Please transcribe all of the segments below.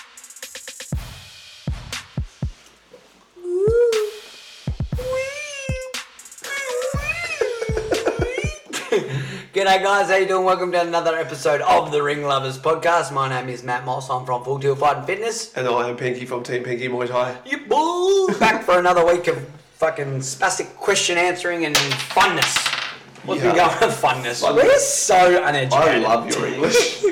G'day guys, how you doing? Welcome to another episode of the Ring Lovers Podcast. My name is Matt Moss. I'm from Full Tilt Fight and Fitness. And I am Pinky from Team Pinky Muay Thai. You boo! Back for another week of fucking spastic question answering and funness. What's been Yeah. going on? Funness. Funness. We're so uneducated. I love your English.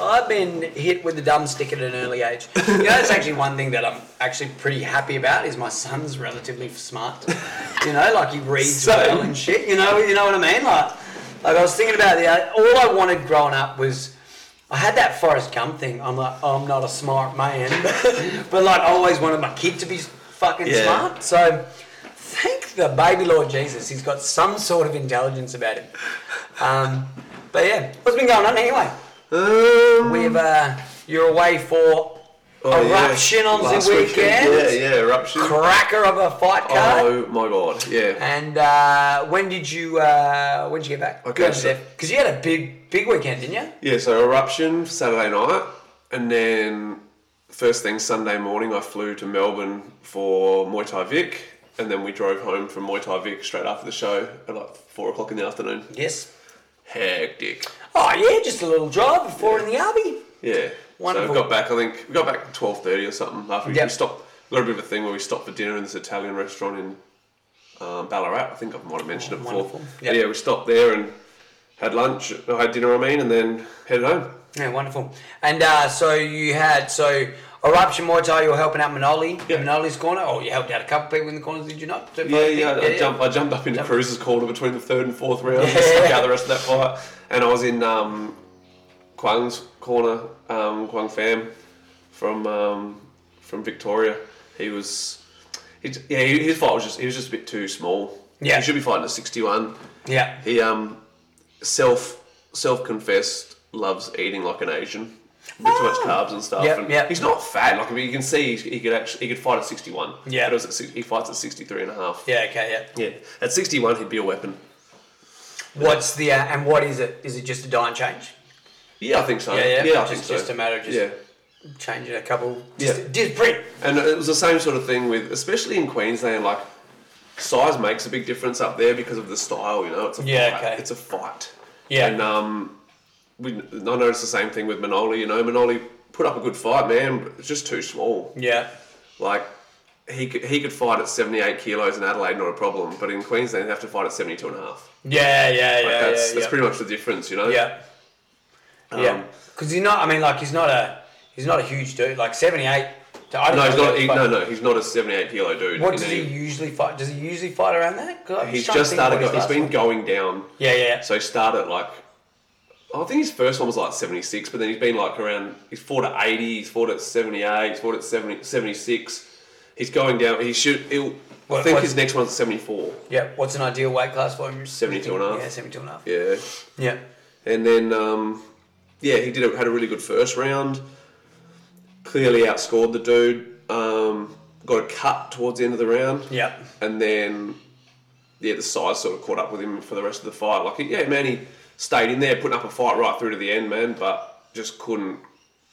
I've been hit with the dumb stick at an early age. You know, that's actually one thing that I'm actually pretty happy about is my son's relatively smart. You know, like he reads Same. well and shit. You know, you know what I mean? Like, like I was thinking about the all I wanted growing up was. I had that Forrest Gump thing. I'm like, I'm not a smart man, but like, I always wanted my kid to be fucking Yeah. smart. So, thank the baby Lord Jesus, he's got some sort of intelligence about him. Um, but yeah, what's been going on anyway? um, We've uh, you're away for oh, yeah. eruption on Last the weekend. Yeah, yeah, eruption. cracker of a fight card. Oh my god, yeah. And uh, when did you uh, when did you get back? Okay, so- because you had a big big weekend, didn't you? Yeah, so eruption Saturday night, and then first thing Sunday morning, I flew to Melbourne for Muay Thai Vic, and then we drove home from Muay Thai Vic straight after the show at like four o'clock in the afternoon. Yes. Hectic. Oh yeah, just a little drive before in the army. Yeah. Wonderful. So we got back. I think we got back at twelve thirty or something. After we, Yep. we stopped, we got a bit of a thing where we stopped for dinner in this Italian restaurant in um, Ballarat. I think I might have mentioned it before. Oh, wonderful. But Yep. Yeah, we stopped there and had lunch. no, had dinner, I mean, and then headed home. Yeah, wonderful. And uh, so you had so eruption Muay Thai. You were helping out Manoli, Yeah. Manoli's corner. Oh, you helped out a couple people in the corners, did you not? Yeah, yeah. I, jumped, I jumped up into Cruz's corner between the third and fourth round. and Stuck out the rest of that fight, and I was in um, Kwang's corner. Um, Kwang Pham from um, from Victoria. He was, he, yeah, he- his fight was just he was just a bit too small. Yeah. he should be fighting at sixty-one. Yeah. He um, self self confessed loves eating like an Asian. With too much carbs and stuff. Ah. Yep, and yep. He's not fat. Like I mean, you can see he, he could actually he could fight at 61. Yeah. But it was at, six- he fights at 63 and a half. Yeah. Okay. Yeah. Yeah, at 61 he'd be a weapon. What's the uh, and what is it? Is it just a dime change? Yeah, I think so. Yeah, yeah, yeah I just- think so. just a matter of just- yeah. Changing a couple. Yeah. Just, just print. And it was the same sort of thing with, especially in Queensland, like size makes a big difference up there because of the style. You know, it's a Yeah, fight. okay. It's a fight. Yeah. And um, we I noticed the same thing with Manoli. You know, Manoli put up a good fight, man, but it's just too small. Yeah. Like. He could, he could fight at 78 kilos in Adelaide, not a problem. But in Queensland, they have to fight at 72 and a half. Yeah, yeah, yeah. Like, that's, yeah, that's yeah. pretty much the difference, you know? Yeah. yeah. Because Um, he's not. I mean, like he's not a. He's not a huge dude. Like seventy eight. I don't No, he's know not. what He, fight- no, no, he's not a seventy-eight kilo dude. What in does he any- usually fight? Does he usually fight around that? 'Cause I'm He's trying to just think of started. what his Go, he's last been one- going down. Yeah, yeah. So he started like, I think his first one was like seventy-six, but then he's been like around. He's fought at eighty. He's fought at seventy-eight. He's fought at 70, 76. He's going down. He should. He'll, What- I think what- his next one's seventy-four. yeah. What's an ideal weight class for him? 72 and a half. Yeah, seventy two and a half. Yeah. Yeah. And then, um, yeah, he did a, had a really good first round. Clearly outscored the dude. Um, got a cut towards the end of the round. Yeah. and then yeah, the size sort of caught up with him for the rest of the fight. Like yeah, man, he stayed in there, putting up a fight right through to the end, man, but just couldn't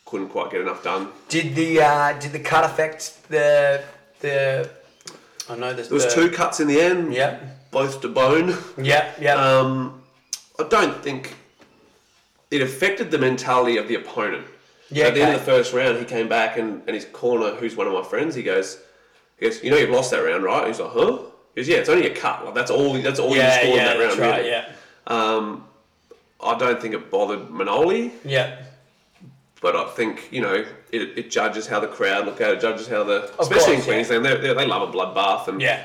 couldn't quite get enough done. Did the uh, did the cut affect the the? I know there's. There was two cuts in the end. Yeah. both to bone. Yeah. Yeah. Um, I don't think it affected the mentality of the opponent. Yeah, At the end okay. of the first round, he came back and, and his corner, who's one of my friends, he goes, he goes, you know, you've lost that round, right? He's like, huh? He goes, yeah, it's only a cut. Like that's all. That's all yeah. you Yeah. scored in that round. That's right. really." Yeah. Um, I don't think it bothered Manoli, Yeah. but I think you know it, it judges how the crowd look at it. Judges how the Of especially course, in Queensland they they, they love a bloodbath and Yeah.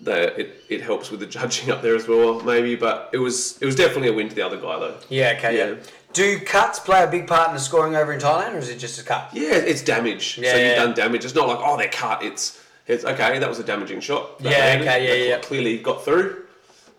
they, it it helps with the judging up there as well maybe. But it was it was definitely a win to the other guy though. Yeah, okay. Yeah. Yeah. Do cuts play a big part in the scoring over in Thailand, or is it just a cut? Yeah, it's damage. Yeah, so yeah. you've done damage. It's not like oh they cut. It's it's okay. That was a damaging shot. That Yeah, landed. okay, yeah, That yeah. Clearly got through.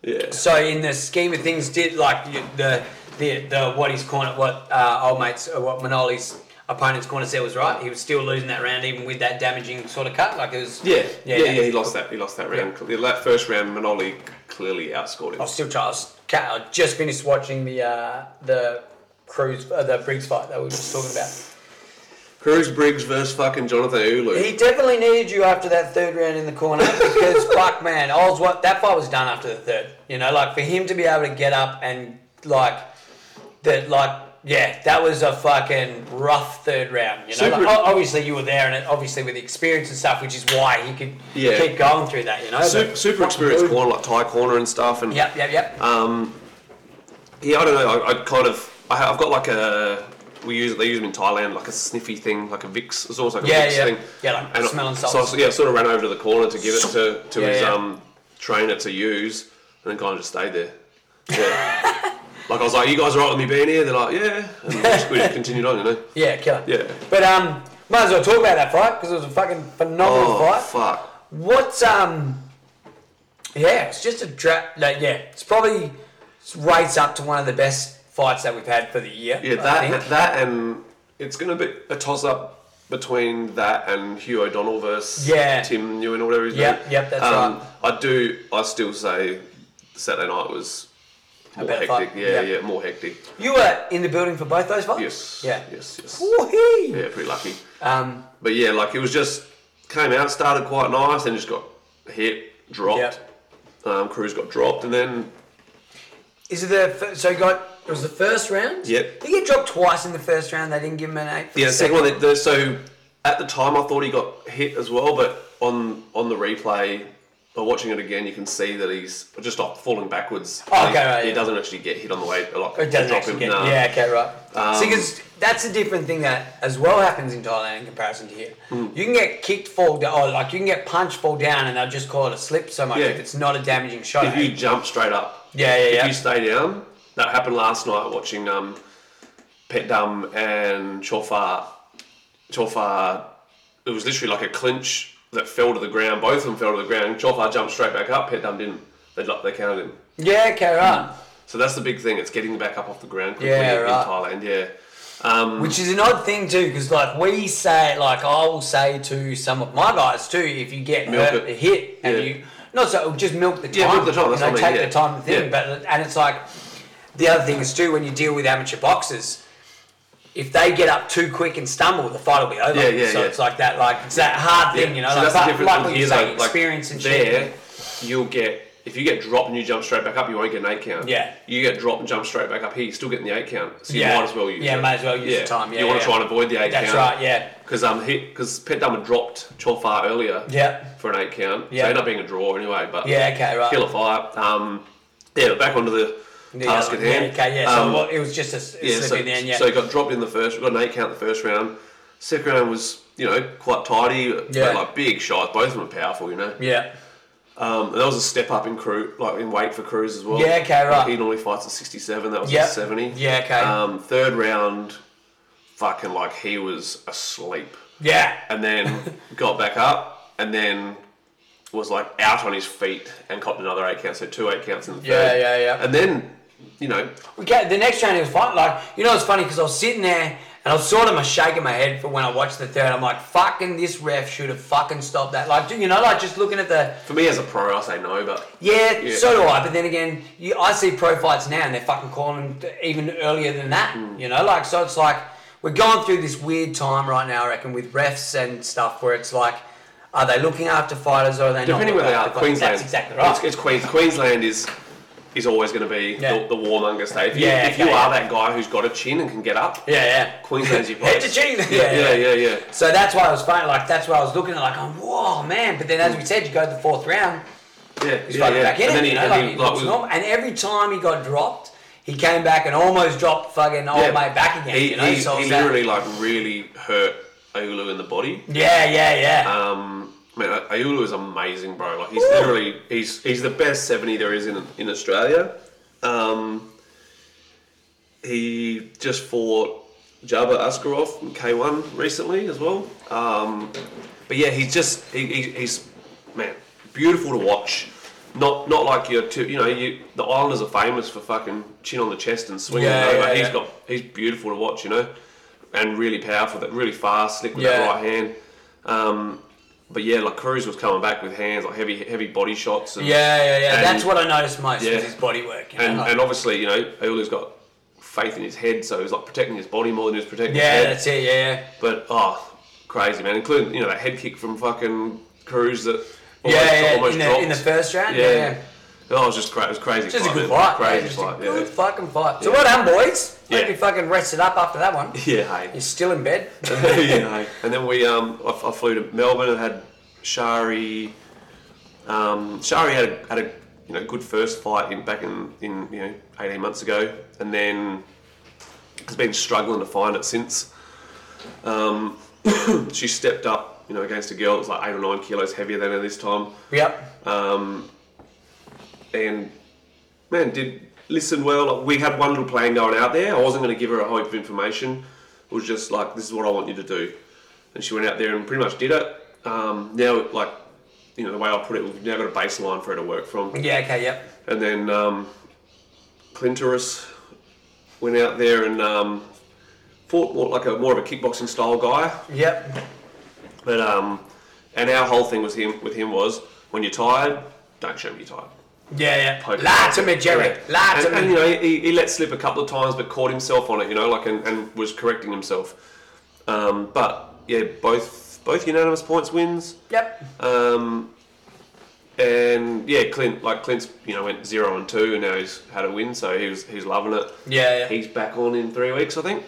Yeah. So in the scheme of things, did like you- the the the what he's calling it, what uh, old mates, uh, what Manoli's opponent's corner said was right. He was still losing that round, even with that damaging sort of cut. Like it was. Yeah, yeah, yeah. He lost that. He lost that round. That first round, Manoli clearly outscored him. I was still trying. I, was, ca- I just finished watching the uh, the cruise uh, the Briggs fight that we were just talking about. Cruz Briggs versus fucking Jonathan Ulu. He definitely needed you after that third round in the corner because fuck man, I was what that fight was done after the third. You know, like for him to be able to get up and like that, like yeah, that was a fucking rough third round. You know, Super- like, o- obviously you were there, and it, obviously with the experience and stuff, which is why he could Yeah. keep going through that. You know, super, But- super experienced Uh, corner, like Thai corner and stuff. And Yep, yep, yep. Yeah, I don't know. I, I kind of, I, ha- I've got like a, we use they use them in Thailand, like a sniffy thing, like a Vicks. It's almost like a Yeah, Vicks yeah. thing. Yeah, like I- smelling so I salts. s- yeah, sort of ran over to the corner to give it to to Yeah, his yeah. um trainer to use, and then kind of just stayed there. Yeah. like I was like, you guys are right with me being here. They're like, yeah. And we just, we just continued on, you know. yeah, killer. Yeah. But um, might as well talk about that fight because it was a fucking phenomenal Oh fight. fuck. What's um? Yeah, it's just a draft. Like, yeah, it's probably it's rates up to one of the best fights that we've had for the year. Yeah, I that think. that and it's gonna be a toss up between that and Hugh O'Donnell versus Yeah. Tim Ewan or whatever his Yep, name. Um, yep, that's I do. I still say Saturday night was more better hectic. fight, Yeah, yep. yeah, more hectic. you were in the building for both those fights. Yes. Yeah. Yes. Yes. Woo-hee! Yeah, pretty lucky. Um, But yeah, like it was just came out, started quite nice, then just got hit, dropped. Yep. Um, Cruz got dropped, and then is it the fir- so you got it was the first round? Yep. He get dropped twice in the first round. They didn't give him an eight. For Yeah, the second one. The, so at the time, I thought he got hit as well, but on on the replay, by watching it again, you can see that he's just not falling backwards. Oh, okay, He- right, he yeah. doesn't actually get hit on the way. Like, It doesn't drop actually him, get. nah. Yeah, okay, right. Um, See, because that's a different thing that as well happens in Thailand in comparison to here. Hmm. You can get kicked, fall down, or like you can get punched, fall down, and they'll just call it a slip so much Yeah. if it's not a damaging shot. If you jump straight up, Yeah, yeah, if yeah. you stay down, that happened last night watching um, Pet Dum and Chofar. Chofar, it was literally like a clinch that fell to the ground. Both of them fell to the ground. Chofar jumped straight back up. Pet Dum didn't. They they counted him. yeah, okay, Hmm. right. So that's the big thing. It's getting back up off the ground quickly Yeah, in right. Thailand. Yeah. Um, Which is an odd thing too, because like we say, like I will say to some of my guys too, if you get Milk hurt, it. hit, and Yeah. you not so just milk the time, Yeah, milk the time, that's you know, what I mean, take yeah. the time to think. Yeah. But and it's like the other thing is too when you deal with amateur boxers. If they get up too quick and stumble, the fight will be over. Yeah, yeah, so yeah. it's like that, like it's that hard thing, you know. so like, that's the but like difference. with what you here, say, though, like, experience and there, shit. you'll get if you get dropped and you jump straight back up, you won't get an eight count. Yeah. You get dropped and jump straight back up here, you're still getting the eight count. So you Yeah. might as well use. Yeah, it. might as well use the time, yeah, you want yeah. to try and avoid the eight That's count. right, yeah. Because um, hit because Pet Dumber dropped Chofar earlier. Yeah. For an eight count. Yeah. So it ended up being a draw anyway. But Yeah, okay, right. Killer fight. Um, yeah, but back onto the Yeah, task like, at hand. yeah, okay, yeah. So Um, well, it was just a s- yeah, slip so, in there, and yeah. so he got dropped in the first. We got an eight count the first round. Second round was you know quite tidy, Yeah. but like big shots. Both of them are powerful, you know. yeah. Um, and that was a step up in crew, like in weight for Cruz as well. Yeah, okay, Like, right. he normally fights at sixty-seven. That was Yep. at seventy. Yeah, okay. Um, third round, fucking like he was asleep, Yeah. and then got back up, and then was like out on his feet and copped another eight count. So two eight counts in the Yeah, third. yeah, yeah. And then you know Okay, the next round it was fine. Like, you know, it's funny because I was sitting there and I was sort of shaking my head for when I watched the third. I'm like, fucking, this ref should have fucking stopped that. Like, do you know, like just looking at the for me as a pro, I say no, but yeah, Yeah. so do I. But then again, you, I see pro fights now and they're fucking calling them even earlier than that. Mm. You know, like so it's like we're going through this weird time right now. I reckon with refs and stuff where it's like, are they looking after fighters or are they Depending not? where looking they are, after fighters? Queensland. uh, That's exactly right. It's, it's Queens, Queensland is is always going to be Yeah. the, the warmonger state. If you, Yeah, if you okay, are yeah. that guy who's got a chin and can get up, yeah, yeah. Queensland's your Head place. to chin. Yeah, yeah, yeah. So that's why I was funny. Like that's why I was looking at like, oh, whoa, man. But then as we said, you go to the fourth round, Yeah, he's yeah, fucking yeah. back in. And then it, he, you know, and like, he, he like, looks was- normal. And every time he got dropped, he came back and almost dropped fucking old yeah. mate back again. He, you know, he, so it he was that- literally like really hurt Ayulu in the body. Yeah, yeah, yeah. Um, man, Ayulu is amazing, bro. Like he's literally he's he's the best seventy there is in in Australia. Um, he just fought Jabba Askarov in K one recently as well. Um, but yeah, he's just he, he, he's man beautiful to watch. Not not like your two. You know, you the Islanders are famous for fucking chin on the chest and swinging. Yeah, Yeah, over. yeah, He's yeah. got he's beautiful to watch. You know, and really powerful. That really fast, slick with Yeah. that right hand. Um, but yeah, like Cruz was coming back with hands, like heavy heavy body shots. And, Yeah, yeah, yeah. And- That's That's what I noticed most Yeah. was his body work. You know? And, like- and obviously, you know, Eula's got faith in his head, so he's like protecting his body more than he was protecting yeah, his head. that's it. Yeah, But oh, crazy man! Including you know that head kick from fucking Cruz that almost, Yeah, yeah, almost in, dropped. the, in the first round, yeah, yeah. yeah. Oh, it was just cra- it was crazy. Just a fight, good man. fight. Crazy man. Just fight. a Yeah. good fucking fight. So Yeah. well done, boys. Yeah. Hope you fucking rested up after that one. Yeah, hey. You're still in bed. yeah, and then we um, I, I flew to Melbourne and had Shari. Um, Shari had a, had a you know good first fight in back in, in you know eighteen months ago, and then has been struggling to find it since. Um, she stepped up, you know, against a girl that was like eight or nine kilos heavier than her this time. yep. Um, and man, did listen well. Like, we had one little plan going out there. I wasn't going to give her a hope of information. It was just like, this is what I want you to do. And she went out there and pretty much did it. Um, now, like, you know, the way I put it, we've now got a baseline for her to work from. Yeah. Okay. Yep. And then um, Clintoris went out there and um, fought more, like a more of a kickboxing style guy. Yep. But um, and our whole thing was him with him was when you're tired, don't show me you're tired. Yeah. Yeah. Poke Lie it. to me, Jerry. Yeah. Lie and, to and, me. you know, he, he let slip a couple of times, but caught himself on it. You know, like and, and was correcting himself. Um, but yeah, both both unanimous points wins. Yep. Um, and yeah, Clint like Clint's you know went zero and two, and now he's had a win, so he was he's loving it. Yeah. yeah. He's back on in three weeks, I think.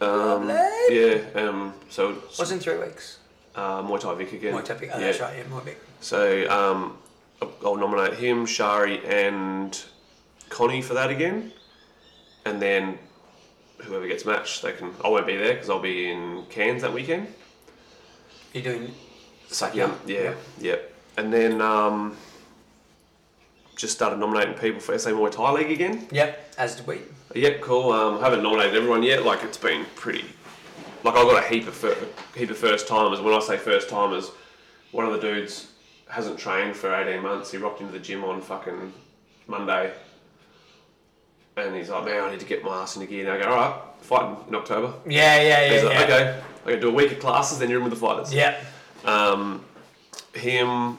Um, Lovely. yeah. Um, so Was in three weeks. uh, Muay Thai Vic again. More topic. Oh, that's right. Yeah. More big. So um, I'll nominate him, Shari, and Connie for that again, and then whoever gets matched, they can. I won't be there because I'll be in Cairns that weekend. You doing? Sakyam, yeah, yeah, And then um, just started nominating people for SA Muay Thai League again. Yep. As did we. Yep, cool. Um, haven't nominated everyone yet. Like it's been pretty. Like I got a heap of fir- heap of first timers. When I say first timers, one of the dudes hasn't trained for eighteen months. He rocked into the gym on fucking Monday, and he's like, "Man, I need to get my ass into gear." And I go, "All right, fighting in October." Yeah. Yeah. He's Yeah. like, yeah. "Okay, I can do a week of classes, then you're in with the fighters." Yep. Um, him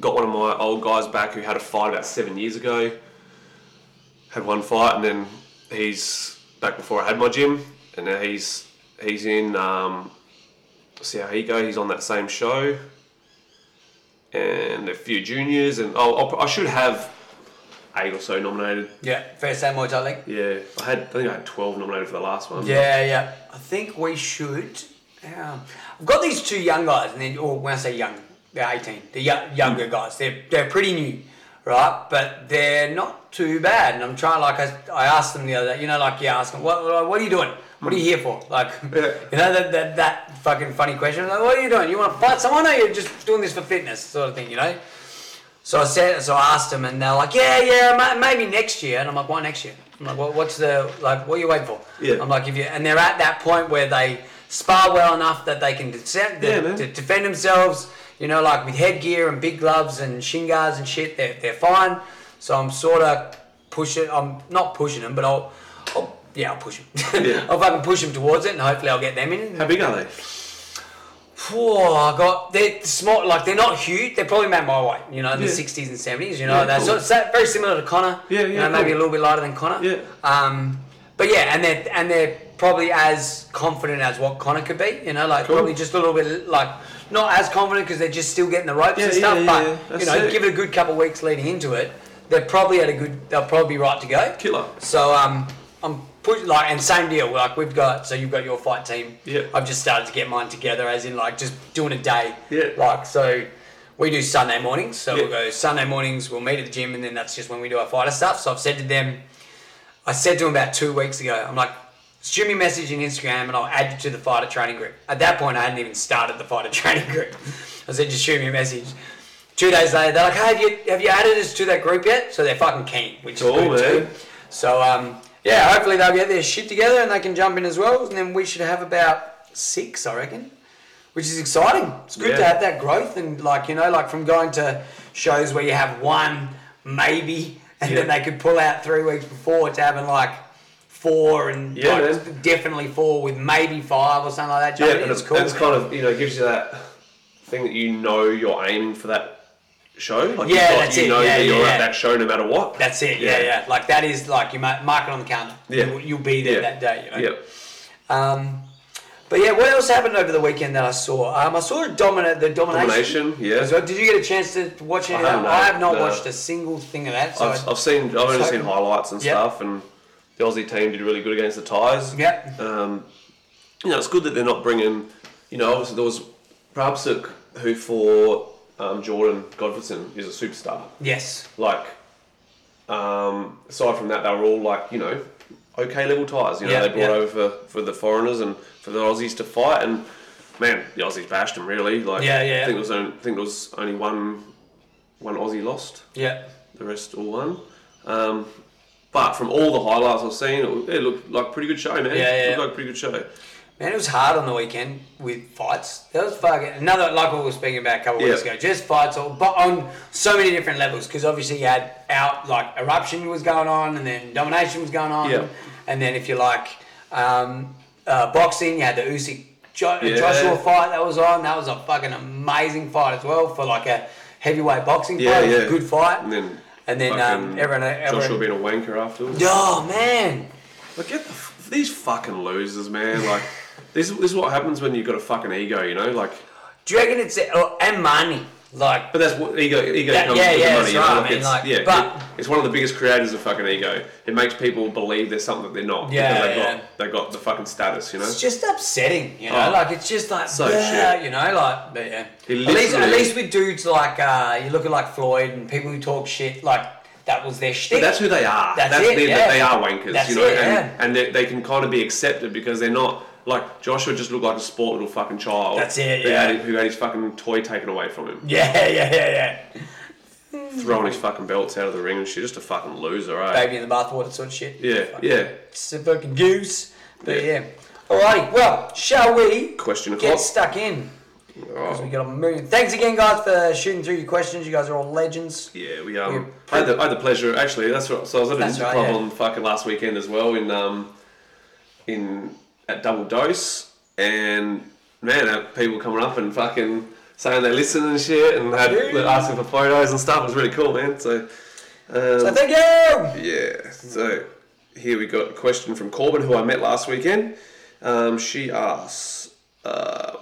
got one of my old guys back who had a fight about seven years ago. Had one fight and then he's back before I had my gym, and now he's he's in. Um, see how he go. He's on that same show, and a few juniors, and I'll, I'll, I should have eight or so nominated. Yeah. First time Muay Thai League. Yeah, I had. I think I had twelve nominated for the last one. Yeah, yeah. I think we should. Um, I've got these two young guys, and then, or when I say young, they're 18. They're yo- younger guys. They're, they're pretty new, right? But they're not too bad. And I'm trying, like, I, I asked them the other day, you know, like, yeah, ask them, what, what what are you doing? What are you here for? Like, you know, that, that, that fucking funny question. Like, what are you doing? You want to fight someone, or you're just doing this for fitness, sort of thing, you know? So I said, so I asked them, and they're like, "Yeah, yeah, ma- maybe next year." And I'm like, "Why next year?" I'm like, what, "What's the like? What are you waiting for?" Yeah. I'm like, "If you," and they're at that point where they spar well enough that they can defend, Yeah, man. de- defend themselves. You know, like with headgear and big gloves and shin guards and shit, they're, they're fine. So I'm sort of pushing. I'm not pushing them, but I'll, I'll yeah, I'll push them. Yeah. I'll fucking push them towards it, and hopefully I'll get them in. How big are they? Whoa, I got they're small, like they're not huge. They're probably about my weight, you know, in the Yeah. sixties and seventies. You know, Yeah, that's cool. so, so very similar to Connor. Yeah, You yeah, know, maybe cool. a little bit lighter than Connor. Yeah. Um, but yeah, and they're and they're probably as confident as what Connor could be. You know, like Cool. probably just a little bit like not as confident because they're just still getting the ropes and Yeah, stuff. yeah, yeah, yeah. but That's you know, sick. give it a good couple of weeks leading into it, they're probably at a good. They'll probably be right to go. Killer. So um, I'm push, like, and same deal. Like we've got, so you've got your fight team. Yeah. I've just started to get mine together, as in like just doing a day. Yeah. Like so, we do Sunday mornings. So we'll Yeah. go Sunday mornings. We'll meet at the gym, and then that's just when we do our fighter stuff. So I've said to them, I said to them about two weeks ago, I'm like. Shoot me a message in Instagram and I'll add you to the fighter training group. At that point, I hadn't even started the fighter training group. I said, just shoot me a message. Two days later, they're like, hey, have you, have you added us to that group yet? So they're fucking keen, which is Cool, good too. man. So um, yeah, hopefully they'll get their shit together and they can jump in as well. And then we should have about six, I reckon. which is exciting. It's good to Yeah. have that growth and like you know, like from going to shows where you have one maybe, and then Yeah. they could pull out three weeks before to having like four and Yeah, like, man. definitely four with maybe five or something like that. Yeah, It and is it's, cool. it's kind of you know gives you that thing that you know you're aiming for that show. Like Oh, Yeah, you've got- that's you it. know Yeah, that you're yeah, yeah. at that show no matter what. That's it. Yeah. yeah, Like that is like you ma- mark it on the calendar. Yeah. You'll, you'll be there that day. You know? Yep. Um, but yeah, what else happened over the weekend that I saw? Um, I saw domina- the domination. Domination, yeah. So did you get a chance to watch any of I that? haven't, I have not no. watched a single thing of that. So I've, I've seen. I've only so- seen highlights and Yep. stuff, and the Aussie team did really good against the Ties. Yep. Um, you know, it's good that they're not bringing. You know, obviously there was Prabsuk, who for um, Jordan Godfredson is a superstar. yes. Like, um, aside from that, they were all like you know, okay level ties. You know, Yeah, they brought yeah. over for, for the foreigners and for the Aussies to fight, and man, the Aussies bashed them really. Like, Yeah, yeah. I think it was only, I think it was only one one Aussie lost Yeah. the rest all won. Um, but from all the highlights I've seen, it, it looked like a pretty good show, man. yeah, It yeah. looked like a pretty good show. Man, it was hard on the weekend with fights. That was fucking another like what we were speaking about a couple of weeks Yeah. ago. Just fights, all, but on so many different levels. Because obviously you had out like eruption was going on, and then domination was going on, Yeah. and then if you like um, uh, boxing, you had the Usyk jo- uh, Yeah. Joshua fight that was on. That was a fucking amazing fight as well for like a heavyweight boxing Yeah, fight. It was yeah. a good fight. And then, And then, fucking um, everyone- everyone- Joshua being a wanker afterwards. oh man, Like, get the, f- these fucking losers, man. Like, this, this is what happens when you've got a fucking ego, you know. Like, do you reckon it's oh, and money like. but that's what ego ego Yeah, comes yeah, with yeah, the money. that's you know? right, like, I mean, it's, like, yeah, but- it- it's one of the biggest creators of fucking ego. It makes people believe there's something that they're not Yeah, because they yeah. got they got the fucking status, you know. It's just upsetting, you know. Oh. like it's just like So yeah, shit. you know, like but yeah. At He least, at literally- least with dudes like uh, you look at like Floyd and people who talk shit, like that was their shtick. But that's who they are. That's That's, it, they- yeah. They are wankers, That's you know, it, and, yeah. and they, they can kind of be accepted because they're not like Joshua just looked like a sport little fucking child. That's it, who yeah. Had, who had his fucking toy taken away from him, Yeah, yeah, yeah, yeah. throwing his fucking belts out of the ring and shit. Just a fucking loser, right? Baby in the bathwater sort of shit. Yeah, yeah. It's a fucking goose. But Yeah. yeah. Alrighty, well, shall we Question get o'clock. stuck in? Oh, We got a million. Thanks again, guys, for shooting through your questions. You guys are all legends. Yeah, we um, We're I, had the, I had the pleasure actually. That's right. So I was at a That's ninja right, club yeah. on fucking last weekend as well in um, in at Double Dose, and man, uh, people coming up and fucking saying they listen and shit, and had Yeah. asking for photos and stuff. It was really cool, man. So, So um, thank you. yeah. So here we got a question from Corbin, who I met last weekend. Um, she asks. Uh,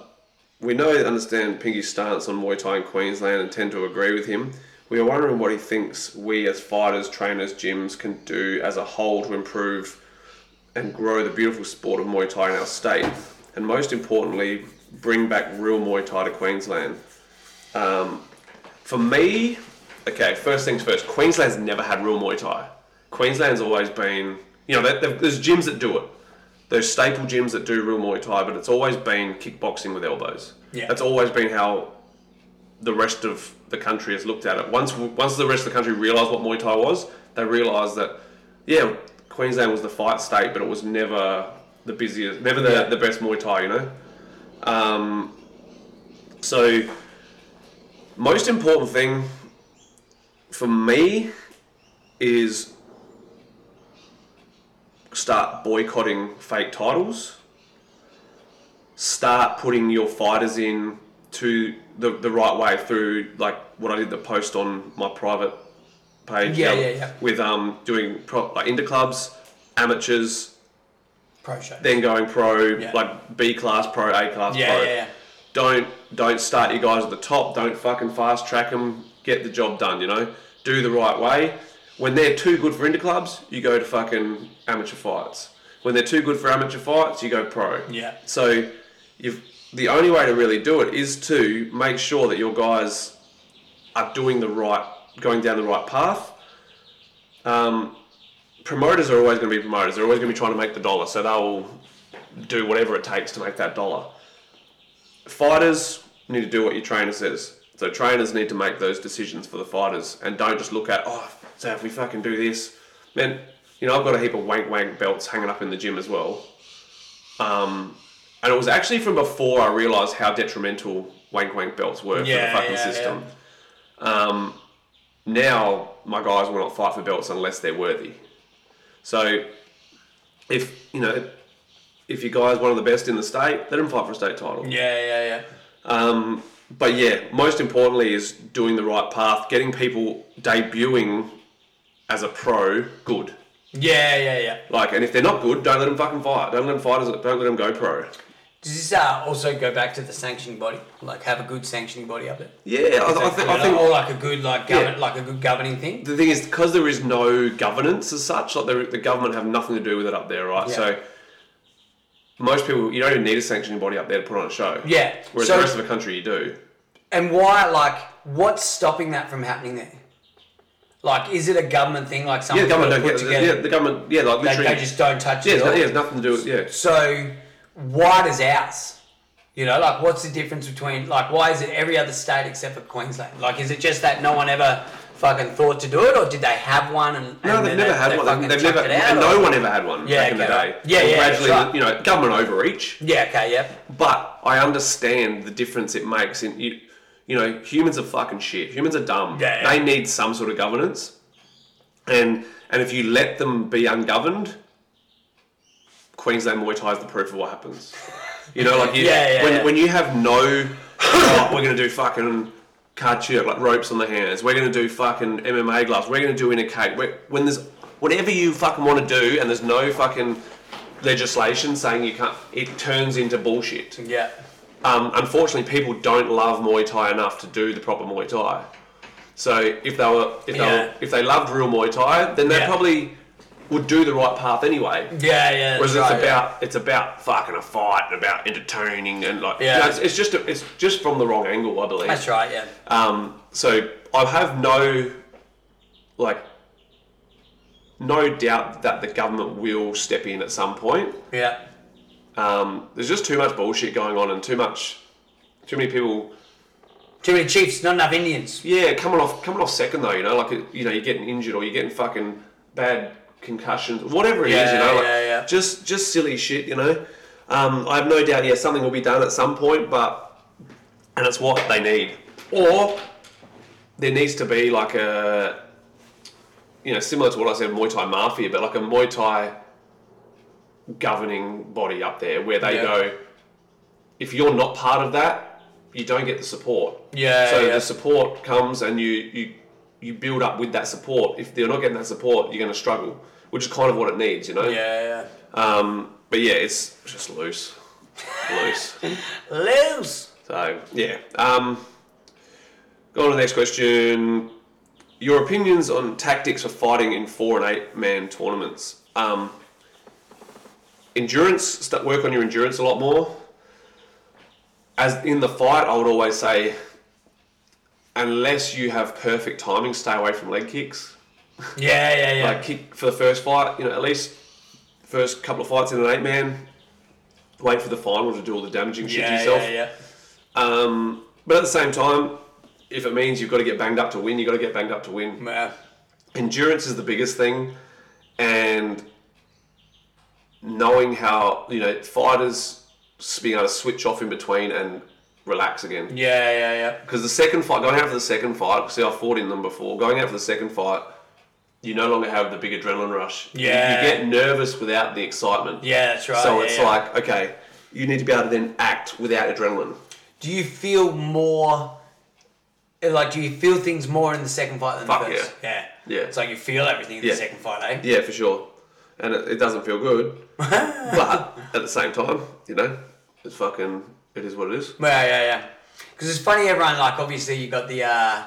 we know and understand Pinky's stance on Muay Thai in Queensland and tend to agree with him. We are wondering what he thinks we as fighters, trainers, gyms can do as a whole to improve and grow the beautiful sport of Muay Thai in our state, and most importantly, bring back real Muay Thai to Queensland. Um, for me, okay, first things first, Queensland's never had real Muay Thai. Queensland's always been, you know, there- there- there's gyms that do it. There's staple gyms that do real Muay Thai, but it's always been kickboxing with elbows. Yeah. That's always been how the rest of the country has looked at it. Once once the rest of the country realised what Muay Thai was, they realised that yeah, Queensland was the fight state, but it was never the busiest, never the, the best Muay Thai, you know. Um, so most important thing for me is start boycotting fake titles. Start putting your fighters in to the, the right way through like what I did the post on my private page. Yeah, um, yeah, yeah. With um doing pro, like inter clubs, amateurs, Pro show. then going pro, Yeah. like B class pro, A class Yeah, pro. yeah, yeah. Don't don't start your guys at the top. Don't fucking fast track them. Get the job done. You know, do the right way. When they're too good for inter clubs, you go to fucking amateur fights. When they're too good for amateur fights, you go pro. Yeah. So you've the only way to really do it is to make sure that your guys are doing the right, going down the right path Um, promoters are always going to be promoters. They're always going to be trying to make the dollar, so they'll do whatever it takes to make that dollar. Fighters need to do what your trainer says. So trainers need to make those decisions for the fighters, and don't just look at oh, so if we fucking do this, man, you know I've got a heap of wank wank belts hanging up in the gym as well. Um, And it was actually from before I realised how detrimental wank wank belts were for Yeah, the fucking yeah, system. Um, now my guys will not fight for belts unless they're worthy. So if you know if your guy's one of the best in the state, let him fight for a state title. Yeah, yeah, yeah. Um, but yeah, most importantly is doing the right path, getting people debuting as a pro good. Yeah, yeah, yeah. Like, and if they're not good, don't let them fucking fight. Don't let them fight as a, don't let them go pro. Does this uh, also go back to the sanctioning body? Like, have a good sanctioning body up there. Yeah, I, I, You think know, I think or like a good, like, govern, Yeah. like a good governing thing. the thing is because there is no governance as such. Like, the, the government have nothing to do with it up there, right? Yeah. So. Most people, you don't even need a sanctioning body up there to put on a show. Yeah, Whereas so- the rest of the country, you do. And why, like, what's stopping that from happening there? Like, is it a government thing? Like, Yeah, someone the government put don't get. together. Yeah, the government. Yeah, like they, literally. they just don't touch yeah, it. at it's no- all. yeah, it's nothing to do with. Yeah, So why does ours? You know, like what's the difference between like why is it every other state except for Queensland? Like is it just that no one ever fucking thought to do it, or did they have one and, No, and then they've never they- had they one. fucking They've, never, chucked it out, and or- no one ever had one Yeah, back in the okay, day. right. Yeah, Well, yeah, that's Gradually, right. you know, government overreach. Yeah, okay, yeah, But I understand the difference it makes in you. You know, humans are fucking shit. Humans are dumb. Yeah, yeah. They need some sort of governance, and and if you let them be ungoverned, Queensland Muay Thai is the proof of what happens. You know, like you, Yeah, yeah, when yeah. when you have no, oh, we're gonna do fucking cardio like ropes on the hands. We're gonna do fucking MMA gloves. We're gonna do in a cake. We're, when there's whatever you fucking want to do, and there's no fucking legislation saying you can't, it turns into bullshit. yeah, Um, unfortunately, people don't love Muay Thai enough to do the proper Muay Thai. So if they were, if they, Yeah. were, if they loved real Muay Thai, then they Yeah. probably would do the right path anyway. yeah, yeah. Whereas that's right, it's yeah. about it's about fucking a fight and about entertaining and like Yeah. you know, it's, it's just a, it's just from the wrong angle, I believe. That's right, yeah. Um, so I have no like no doubt that the government will step in at some point. Yeah. Um, there's just too much bullshit going on and too much too many people. Too many chiefs, not enough Indians. Yeah, coming off coming off second though, you know, like you know, you're getting injured or you're getting fucking bad concussions, whatever it is, you Yeah, know, like yeah, yeah. just just silly shit, you know. Um, I have no doubt, yeah, something will be done at some point, but and it's what they need, or there needs to be like a you know similar to what I said Muay Thai mafia, but like a Muay Thai governing body up there where they Yeah. go, if you're not part of that, you don't get the support. Yeah, So yeah. the support comes and you you you build up with that support. If they're not getting that support, you're going to struggle, which is kind of what it needs, you know. Yeah, Um, but yeah, it's just loose, loose. yeah. Loose. So yeah. Um, go on to the next question. Your opinions on tactics for fighting in four and eight man tournaments. Um, endurance. St- work on your endurance a lot more. As in the fight, I would always say, unless you have perfect timing, stay away from leg kicks. Yeah, yeah, yeah. Like kick for the first fight, you know, at least first couple of fights in an eight man. Wait for the final to do all the damaging shit to yeah, yourself. yeah, yeah. Um, but at the same time, if it means you've got to get banged up to win, you've got to get banged up to win. Yeah. Endurance is the biggest thing, and knowing how you know fighters s- being able to switch off in between and relax again. Yeah, yeah, yeah. Because the second fight, going out for the second fight, see, I fought in them before. Going out for the second fight, you no longer have the big adrenaline rush. You- Yeah. you, get nervous without the excitement. Yeah, that's right. So yeah, it's yeah. like okay, you need to be able to then act without adrenaline. Do you feel more like do you feel things more in the second fight than Fuck the first? Yeah. Yeah. It's like you feel everything in Yeah. the second fight, eh? Yeah, for sure. And it, it doesn't feel good. but at the same time, you know, it's fucking, it is what it is. Yeah, yeah, yeah. Because it's funny, everyone like obviously you got the uh,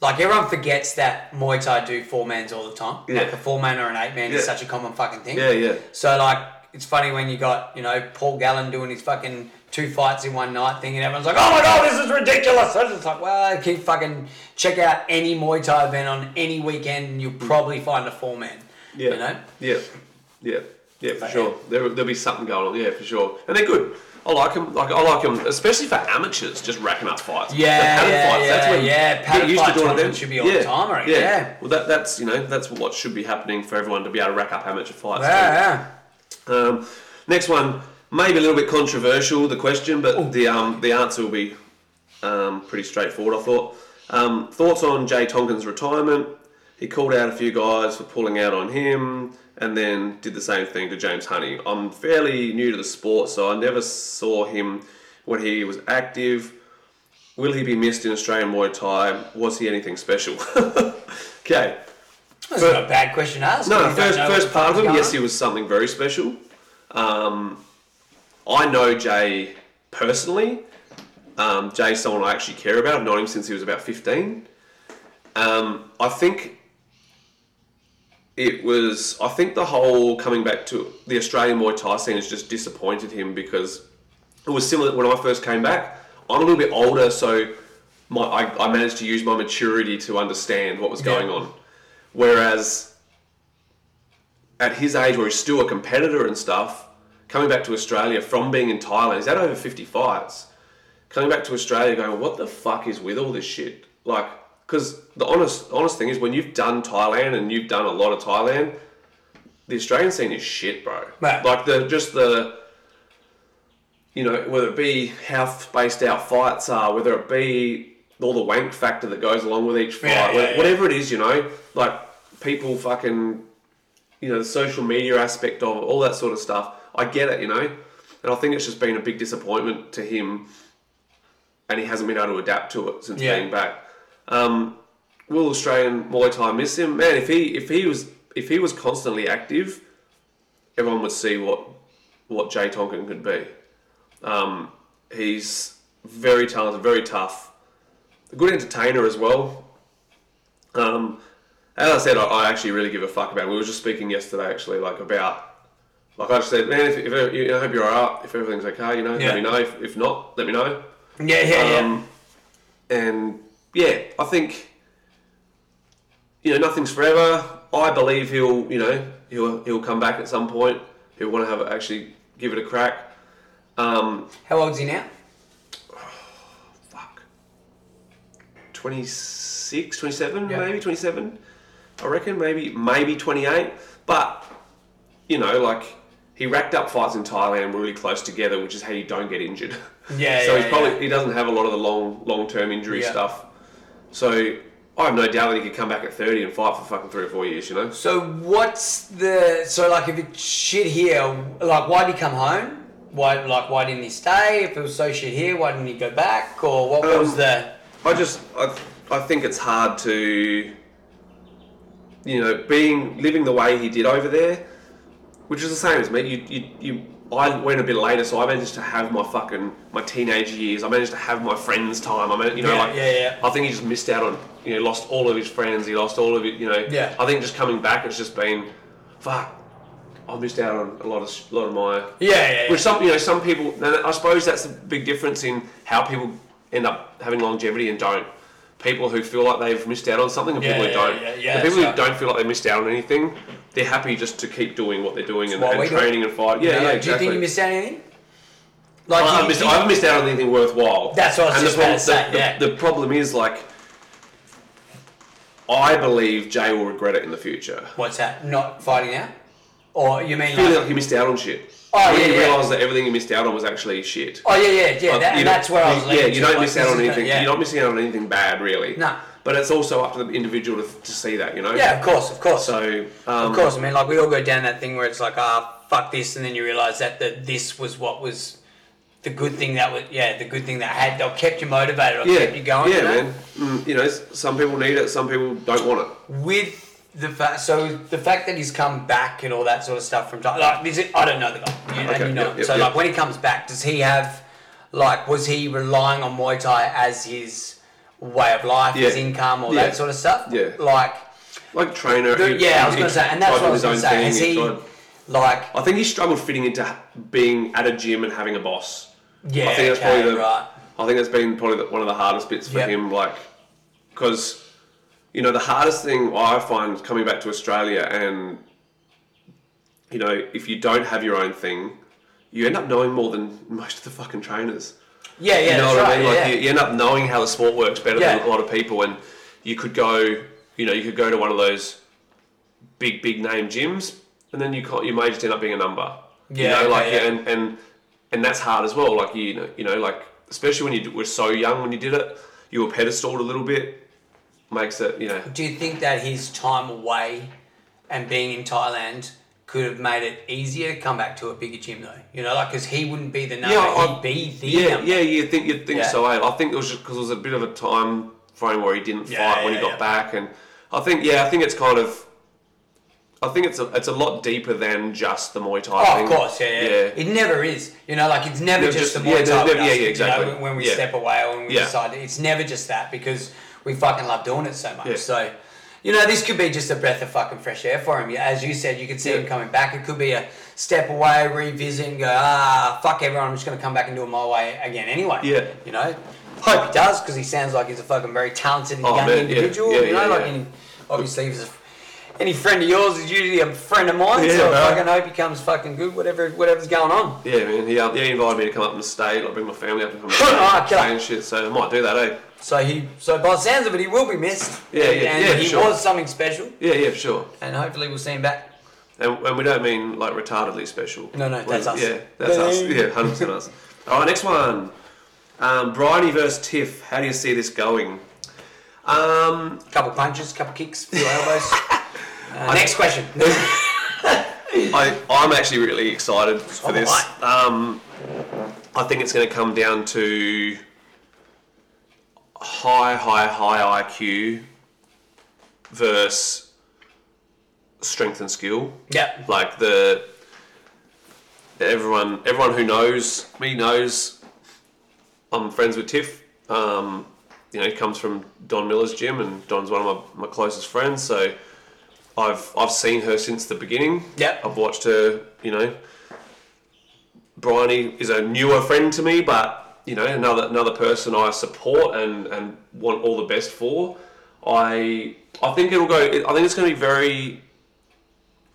like everyone forgets that Muay Thai do four mans all the time. Yeah. Like a four man or an eight man is Yeah. such a common fucking thing. Yeah, yeah. So like it's funny when you got you know Paul Gallen doing his fucking two fights in one night thing, and everyone's like, oh my god, this is ridiculous. I just like, well, keep fucking check out any Muay Thai event on any weekend, and you'll probably find a four man. Yeah. You know. Yeah. Yeah. Yeah, for But, sure. There, there'll be something going on. Yeah, for sure. And they're good. I like them. Like I like them, especially for amateurs, just racking up fights. Yeah, The padded yeah, yeah, yeah, get padded used to fight doing them. tournaments should be all the time, I reckon. Yeah. Well, that, that's you know that's what should be happening for everyone to be able to rack up amateur fights. too. Yeah, Um, next one. Maybe a little bit controversial the question, but the um, the answer will be um, pretty straightforward. I thought. Um, thoughts on Jay Tonkin's retirement? He called out a few guys for pulling out on him, and then did the same thing to James Honey. I'm fairly new to the sport, so I never saw him when he was active. Will he be missed in Australian Muay Thai? Was he anything special? okay. That's not a bad question to ask. No, You no don't first, know first what's part of him, going yes, on. he was something very special. Um, I know Jay personally. Um, Jay's someone I actually care about. I've known him since he was about 15. Um, I think it was. I think the whole coming back to the Australian Muay Thai scene has just disappointed him because it was similar when I first came back. I'm a little bit older, so my, I, I managed to use my maturity to understand what was going on. Whereas at his age, where he's still a competitor and stuff, coming back to Australia from being in Thailand, he's had over 50 fights. Coming back to Australia, going, what the fuck is with all this shit? Like, because the honest, honest thing is, when you've done Thailand and you've done a lot of Thailand, the Australian scene is shit, bro. Right. Like the just the you know, whether it be how spaced out fights are, whether it be all the wank factor that goes along with each fight, Yeah, yeah, wha- yeah. whatever it is, you know, like people fucking, you know, the social media aspect of it, all that sort of stuff. I get it, you know, and I think it's just been a big disappointment to him, and he hasn't been able to adapt to it since Yeah. being back. Um, will Australian Muay Thai miss him? Man, if he if he was if he was constantly active, everyone would see what what Jay Tonkin could be. Um, he's very talented, very tough, a good entertainer as well. Um, as I said, I, I actually really give a fuck about. Him. We were just speaking yesterday, actually, like about, like I just said, man, if, if you know, I hope you're alright, if everything's okay, you know, Yeah. let me know. If, if not, let me know. Yeah, yeah, yeah. Um, and yeah, I think you know nothing's forever. I believe he'll you know he'll he'll come back at some point. He'll want to have a- actually give it a crack. Um, How old's he now? fuck, 26, 27, Yeah. maybe 27. I reckon maybe maybe 28. But you know, like he racked up fights in Thailand really close together, which is how you don't get injured. Yeah, so yeah, he's probably yeah. he doesn't have a lot of the long long term injury Yeah. stuff. So I have no doubt that he could come back at 30 and fight for fucking three or four years. You know. So what's the so like if it's shit here, like why'd he come home? Why like why didn't he stay? If it was so shit here, why didn't he go back? Or what Um, was the I just I, I think it's hard to you know being living the way he did over there, which is the same as me. You you, you I went a bit later, so I managed to have my fucking my teenage years. I managed to have my friends' time. I mean, you know, Yeah, like yeah, yeah. I think he just missed out on you know lost all of his friends. He lost all of it. You know, Yeah. I think just coming back, it's just been fuck. I missed out on a lot of sh- lot of my Yeah, yeah, yeah. which some you know some people. and I suppose that's the big difference in how people end up having longevity and don't. People who feel like they've missed out on something and Yeah, people who yeah, don't. yeah, yeah, the people so- who don't feel like they missed out on anything, they're happy just to keep doing what they're doing and, what and we do. training and fight. Yeah, yeah, Do you exactly. Uh, think you missed out anything? Like I do haven't you- missed, do I you- haven't missed out on anything worthwhile. That's what I was And the just about problem- to the- say, The, the problem is like, I believe Jay will regret it in the future. what's that? Not fighting out? Or you mean Feeling like, like he missed out on shit. Oh, when yeah, he yeah. realised that everything he missed out on was actually shit. Oh yeah, yeah, yeah. Like, That, you and know, that's where I was you- leading Yeah, you to, don't like, miss out this on is- anything. yeah. You're not missing out on anything bad, really. Nah. But it's also up to the individual to, to see that, you know. Yeah, of course, of course. So, Of um, course, I mean, like we all go down that thing where it's like, ah, fuck this, and then you realise that the, this was what was the good thing that was, yeah, the good thing that had that kept you motivated or yeah, kept you going. yeah, you know? man. Mm, you know, s- some people need it, some people don't want it. With the fact, so the fact that he's come back and all that sort of stuff from time, like, is it, I don't know the guy, you, and Okay, you know, yep, him. yep, so yep. like when he comes back, does he have, like, was he relying on Muay Thai as his way of life, his Yeah. income, all Yeah. that sort of stuff? Yeah. Like, Like trainer. the- he- yeah, I was he going to say, and that's tried what I doing was going to his say. own Has thing, he, tried- like, I think he struggled fitting into ha- being at a gym and having a boss. yeah, I think that's okay, probably the. right. I think that's been probably the, one of the hardest bits for Yep. him, like, because, you know, the hardest thing I find coming back to Australia, and, you know, if you don't have your own thing, you end up knowing more than most of the fucking trainers. Yeah, yeah, you know that's what right. I mean? Like, yeah. you, you end up knowing how the sport works better Yeah. than a lot of people, and you could go, you know, you could go to one of those big, big name gyms, and then you can't, you may just end up being a number. Yeah, you know, yeah, like yeah. and and and that's hard as well. Like you know, you know, like especially when you d- were so young when you did it, you were pedestaled a little bit. Makes it, you know, Do you think that his time away and being in Thailand could have made it easier to come back to a bigger gym though? You know, like because he wouldn't be the number, I- he'd be the yeah, number. yeah. You think you'd think Yeah. so? Eh? I think it was just because it was a bit of a time frame where he didn't Yeah, fight when yeah, he got yeah. back, and I think yeah, I think it's kind of, I think it's a it's a lot deeper than just the Muay Thai. Oh, thing. of course, yeah, yeah. It never is. You know, like it's never No, just, just- the yeah, Muay there's Thai. never- with us, yeah, yeah, you know, exactly. when- when we Yeah. step away or when we Yeah. decide, it's never just that because we fucking love doing it so much. Yeah. So, you know, this could be just a breath of fucking fresh air for him. Yeah, As you said, you could see Yeah. him coming back. It could be a step away, revisit, and go, ah, fuck everyone. I'm just going to come back and do it my way again anyway. Yeah. You know, hope he does because he sounds like he's a fucking very talented and Oh, young man, yeah. individual. Yeah, you know, yeah, like yeah. any, obviously he's a any friend of yours is usually a friend of mine, Yeah, so bro. I fucking hope he comes fucking good, whatever whatever's going on. Yeah, man. He, um, yeah, he invited me to come up and stay, like bring my family up and come Ah, and stay, killer. and shit. So I might do that, eh? So he so by the sounds of it he will be missed. Yeah, and, yeah, and yeah, he sure. was something special Yeah, yeah, for sure. and hopefully we'll see him back. And, and we don't mean like retardedly special. No, no, Like, that's us. Yeah, that's us. Bang. Yeah, hundred percent us. All right, next one. Um, Bryony versus Tiff. How do you see this going? Um, Couple punches, couple kicks, few elbows. Uh, next question. I, I'm actually really excited for am this. Um, I think it's going to come down to high, high, high IQ versus strength and skill. yep. Like the everyone, everyone who knows me knows I'm friends with Tiff. Um, you know, he comes from Don Miller's gym, and Don's one of my, my closest friends. So I've I've seen her since the beginning. Yep. I've watched her. You know, Bryony is a newer friend to me, but you know, another another person I support and and want all the best for. I I think it'll go. I think it's going to be very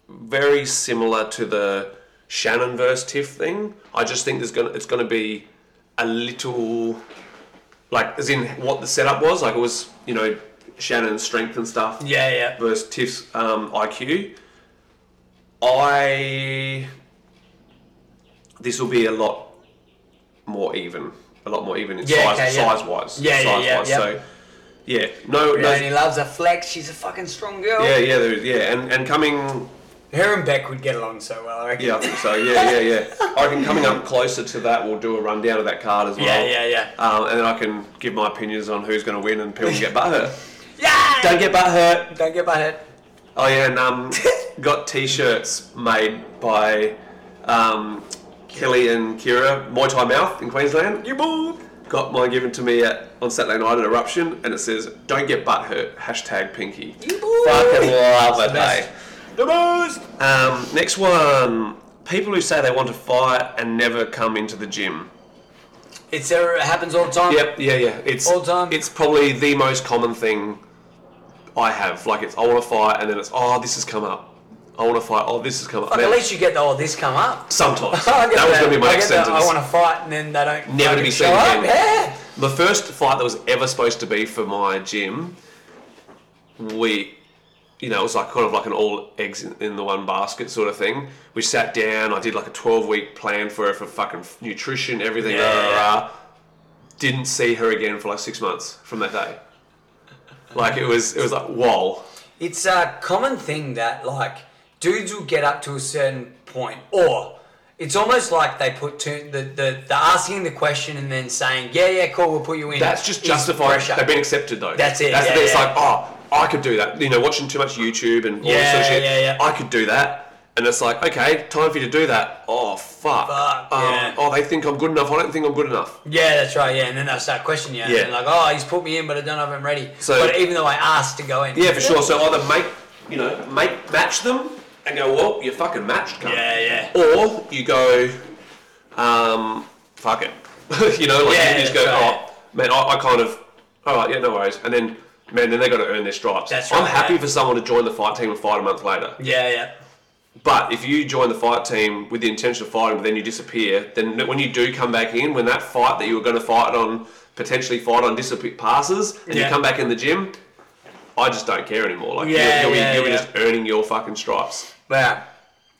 very similar to the Shannon versus Tiff thing. I just think there's gonna it's gonna be a little like as in what the setup was. Like it was you know Shannon's strength and stuff Yeah, yeah. versus Tiff's um, IQ. I this will be a lot more even, a lot more even in Yeah, size okay, yeah. size wise. Yeah, yeah, yeah, wise. yeah. So yeah, no, You know, and no he loves a flex, she's a fucking strong girl. yeah, yeah, there is, yeah, and and coming Her and Beck would get along so well, I reckon. Yeah, I think so. Yeah, yeah, yeah. I reckon coming up closer to that, we'll do a rundown of that card as well. Yeah, yeah, yeah. Um, and then I can give my opinions on who's going to win and people can get butthurt. Yeah! Don't get butthurt. Don't get my head. Oh yeah, and um, got t-shirts made by um, Kelly and Kira Muay Thai Mouth in Queensland. You boom. Got mine given to me at, on Saturday night at Eruption, and it says "Don't get butt hurt." Hashtag Pinky. You boom. Fucking love It's it, the best. eh? Um, next one. People who say they want to fight and never come into the gym. It's uh, it happens all the time. Yep, yeah, yeah. It's All done. It's probably the most common thing I have. Like it's I want to fight, and then it's oh this has come up. I want to fight. Oh this has come up. Fuck, Man, at least you get the, oh, this come up. sometimes I that get was going to be my I next get the, sentence. I want to fight, and then they don't. Never to fucking be show seen up. again. Yeah. The first fight that was ever supposed to be for my gym, we, you know, it was like kind of like an all eggs in, in the one basket sort of thing. We sat down. I did like a twelve week plan for her for fucking nutrition, everything. Yeah. rah, rah, rah. Didn't see her again for like six months from that day. Like it was, it was like whoa. It's a common thing that like dudes will get up to a certain point, or it's almost like they put to the, the the asking the question and then saying, yeah, yeah, cool, we'll put you in. That's just is justified. pressure. They've been accepted though. That's it, That's yeah, the thing. It's yeah. like, oh, I could do that. You know, watching too much YouTube and all Yeah, this sort of shit. yeah, yeah. I could do that. And it's like, okay, time for you to do that. Oh fuck. Fuck, um, yeah. Oh, they think I'm good enough. I don't think I'm good enough. Yeah, that's right. Yeah, and then they'll start questioning you. Yeah. And like, oh, he's put me in, but I don't know if I'm ready. So- but even though I asked to go in. Yeah, for sure. So either make, you know, make match them and go, well, you're fucking matched. Cunt. Yeah, yeah. Or you go, um, fuck it. you know, like Yeah, you just that's go, right. oh, man, I, I kind of, all right, yeah, no worries. And then, man, then they got to earn their stripes. That's I'm right, happy yeah. for someone to join the fight team and fight a month later. Yeah, yeah. But if you join the fight team with the intention of fighting, but then you disappear, then when you do come back in, when that fight that you were going to fight on, potentially fight on, disappear passes, and Yeah. you come back in the gym, I just don't care anymore. Like Yeah, you're, you're, yeah, you're yeah. just earning your fucking stripes. Wow.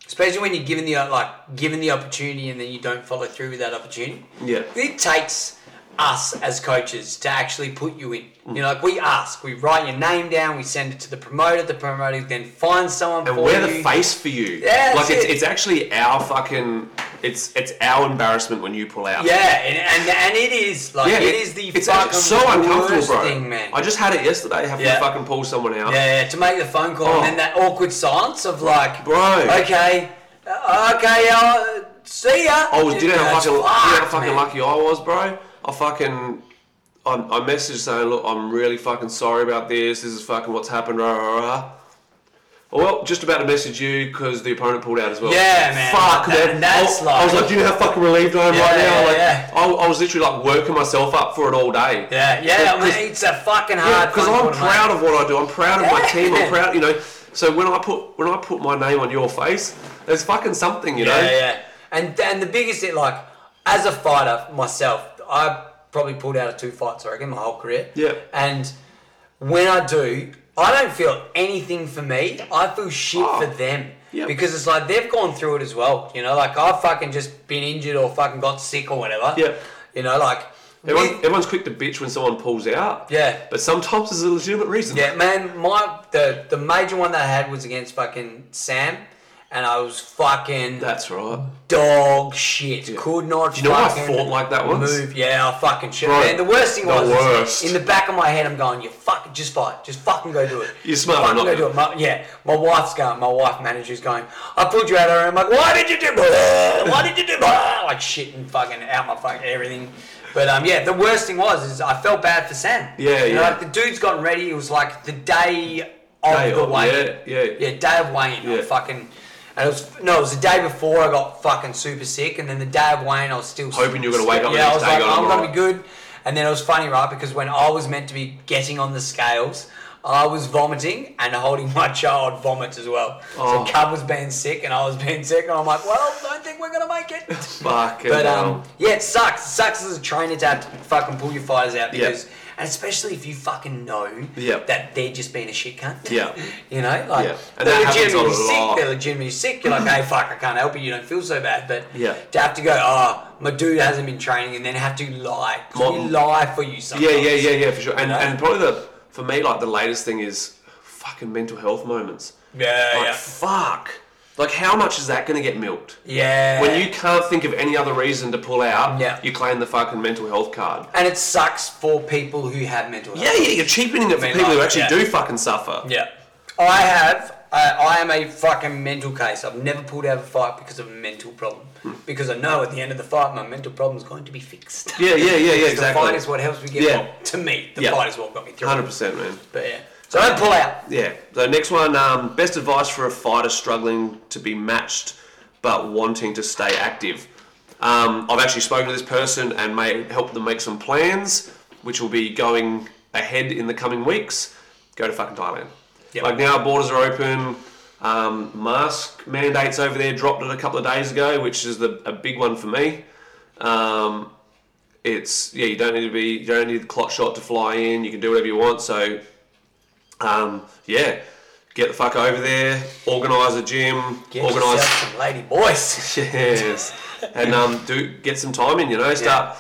especially when you're given the uh, like given the opportunity and then you don't follow through with that opportunity. Yeah. It takes us as coaches to actually put you in. You know, like we ask, we write your name down, we send it to the promoter, the promoter then finds someone And for we're you. the face for you. Yeah, that's like it's, it. it's actually our fucking. It's it's our embarrassment when you pull out. Yeah, and, and and it is like it is the it's fucking so uncomfortable, worst bro. thing, man. I just had it yesterday. Having Yeah. to fucking pull someone out. Yeah, yeah, to make the phone call Oh. and then that awkward silence of like, Bro. okay, uh, okay, uh, see ya. I was, do Oh, you know how It's fucking, do you know how fucked, fucking man. lucky I was, bro? I fucking, I, I messaged saying, look, I'm really fucking sorry about this. This is fucking what's happened, rah, rah, rah. Oh, Well, just about to message you because the opponent pulled out as well. Yeah, man. Fuck, That- man. that's I, I was like- like, do you know how fucking relieved I am Yeah, right now? yeah, Like, yeah. I, I was literally like working myself up for it all day. Yeah, yeah, I mean, it's a fucking hard. because phone I'm call to make. proud of what I do. I'm proud of my Yeah. team. I'm proud, you know. So when I put when I put my name on your face, there's fucking something, you know. Yeah, yeah. And and the biggest thing, like, as a fighter myself, I probably pulled out of two fights, I reckon, my whole career. Yeah. And when I do, I don't feel anything for me. I feel shit for them. Oh. yeah. Because it's like they've gone through it as well. You know, like I've fucking just been injured or fucking got sick or whatever. Yeah. You know, like. Everyone, with- everyone's quick to bitch when someone pulls out. Yeah. But sometimes there's a legitimate reason. Yeah, man, my the the major one that I had was against fucking Sam, and I was fucking That's right. dog shit. Could not. you know I fucking fought like that once? Move, yeah, I fucking shit. Right. Man, the worst thing The was is worst. in the back of my head, I'm going, you fucking just fight, just fucking go do it. You're smart, fucking I'm go not do it. My, yeah, my wife's going, my wife manager's going, I pulled you out of her. I'm like, why did you do? Blah? Why did you do? Blah? Like shit and fucking out my fucking everything. But um, yeah, the worst thing was is I felt bad for Sam. Yeah, You know, yeah. like the dude's gotten ready. It was like the day of Day the of, weigh-in. yeah, yeah. yeah, day of weigh-in. I Yeah. fucking. And it was no, it was the day before I got fucking super sick, and then the day of Wayne, I was still Hoping you were gonna wake up the Yeah, next I was day like, going, I'm "I'm gonna alright." be good. And then it was funny, right? Because when I was meant to be getting on the scales, I was vomiting and holding my child vomit as well. Oh. So Cub was being sick, and I was being sick, and I'm like, well, don't think we're gonna make it. Fucking But hell. um, yeah, it sucks. It sucks as a trainer to have to fucking pull your fighters out Yeah. because, and especially if you fucking know Yeah. that they're just being a shit cunt. Yeah. you know, like Yeah. And they're that happens a legitimately sick. lot. They're legitimately sick. You're like, hey, fuck, I can't help you. You don't feel so bad, but Yeah. to have to go, oh, my dude hasn't been training, and then have to lie, 'Cause we Mom- lie for you. Sometimes. Yeah, yeah, yeah, yeah, for sure. And, You know? and probably the for me like the latest thing is fucking mental health moments. yeah, Like yeah. fuck. Like how much is that gonna get milked? yeah. When you can't think of any other reason to pull out, Yeah. you claim the fucking mental health card. and it sucks for people who have mental health. Yeah, yeah, you're cheapening it for mean, people who like, actually yeah. do fucking suffer. Yeah. I have. I, I am a fucking mental case. I've never pulled out of a fight because of a mental problem. Hmm. Because I know at the end of the fight, my mental problem is going to be fixed. Yeah, yeah, yeah, yeah, Because The fight exactly. is what helps me get. Yeah. Yeah. to me, the Yeah. fight is what got me through. Hundred percent, man. But yeah. So don't pull out. Yeah. So next one, um, best advice for a fighter struggling to be matched but wanting to stay active. Um, I've actually spoken to this person and may help them make some plans, which will be going ahead in the coming weeks. Go to fucking Thailand. Yep. Like now, borders are open. Um, mask mandates over there dropped it a couple of days ago, which is the, a big one for me. Um, it's yeah, you don't need to be, you don't need the clot shot to fly in. You can do whatever you want. So um, yeah, get the fuck over there, organise a gym, Get organise yourself some lady boys. yes, and um, do get some time in. You know, start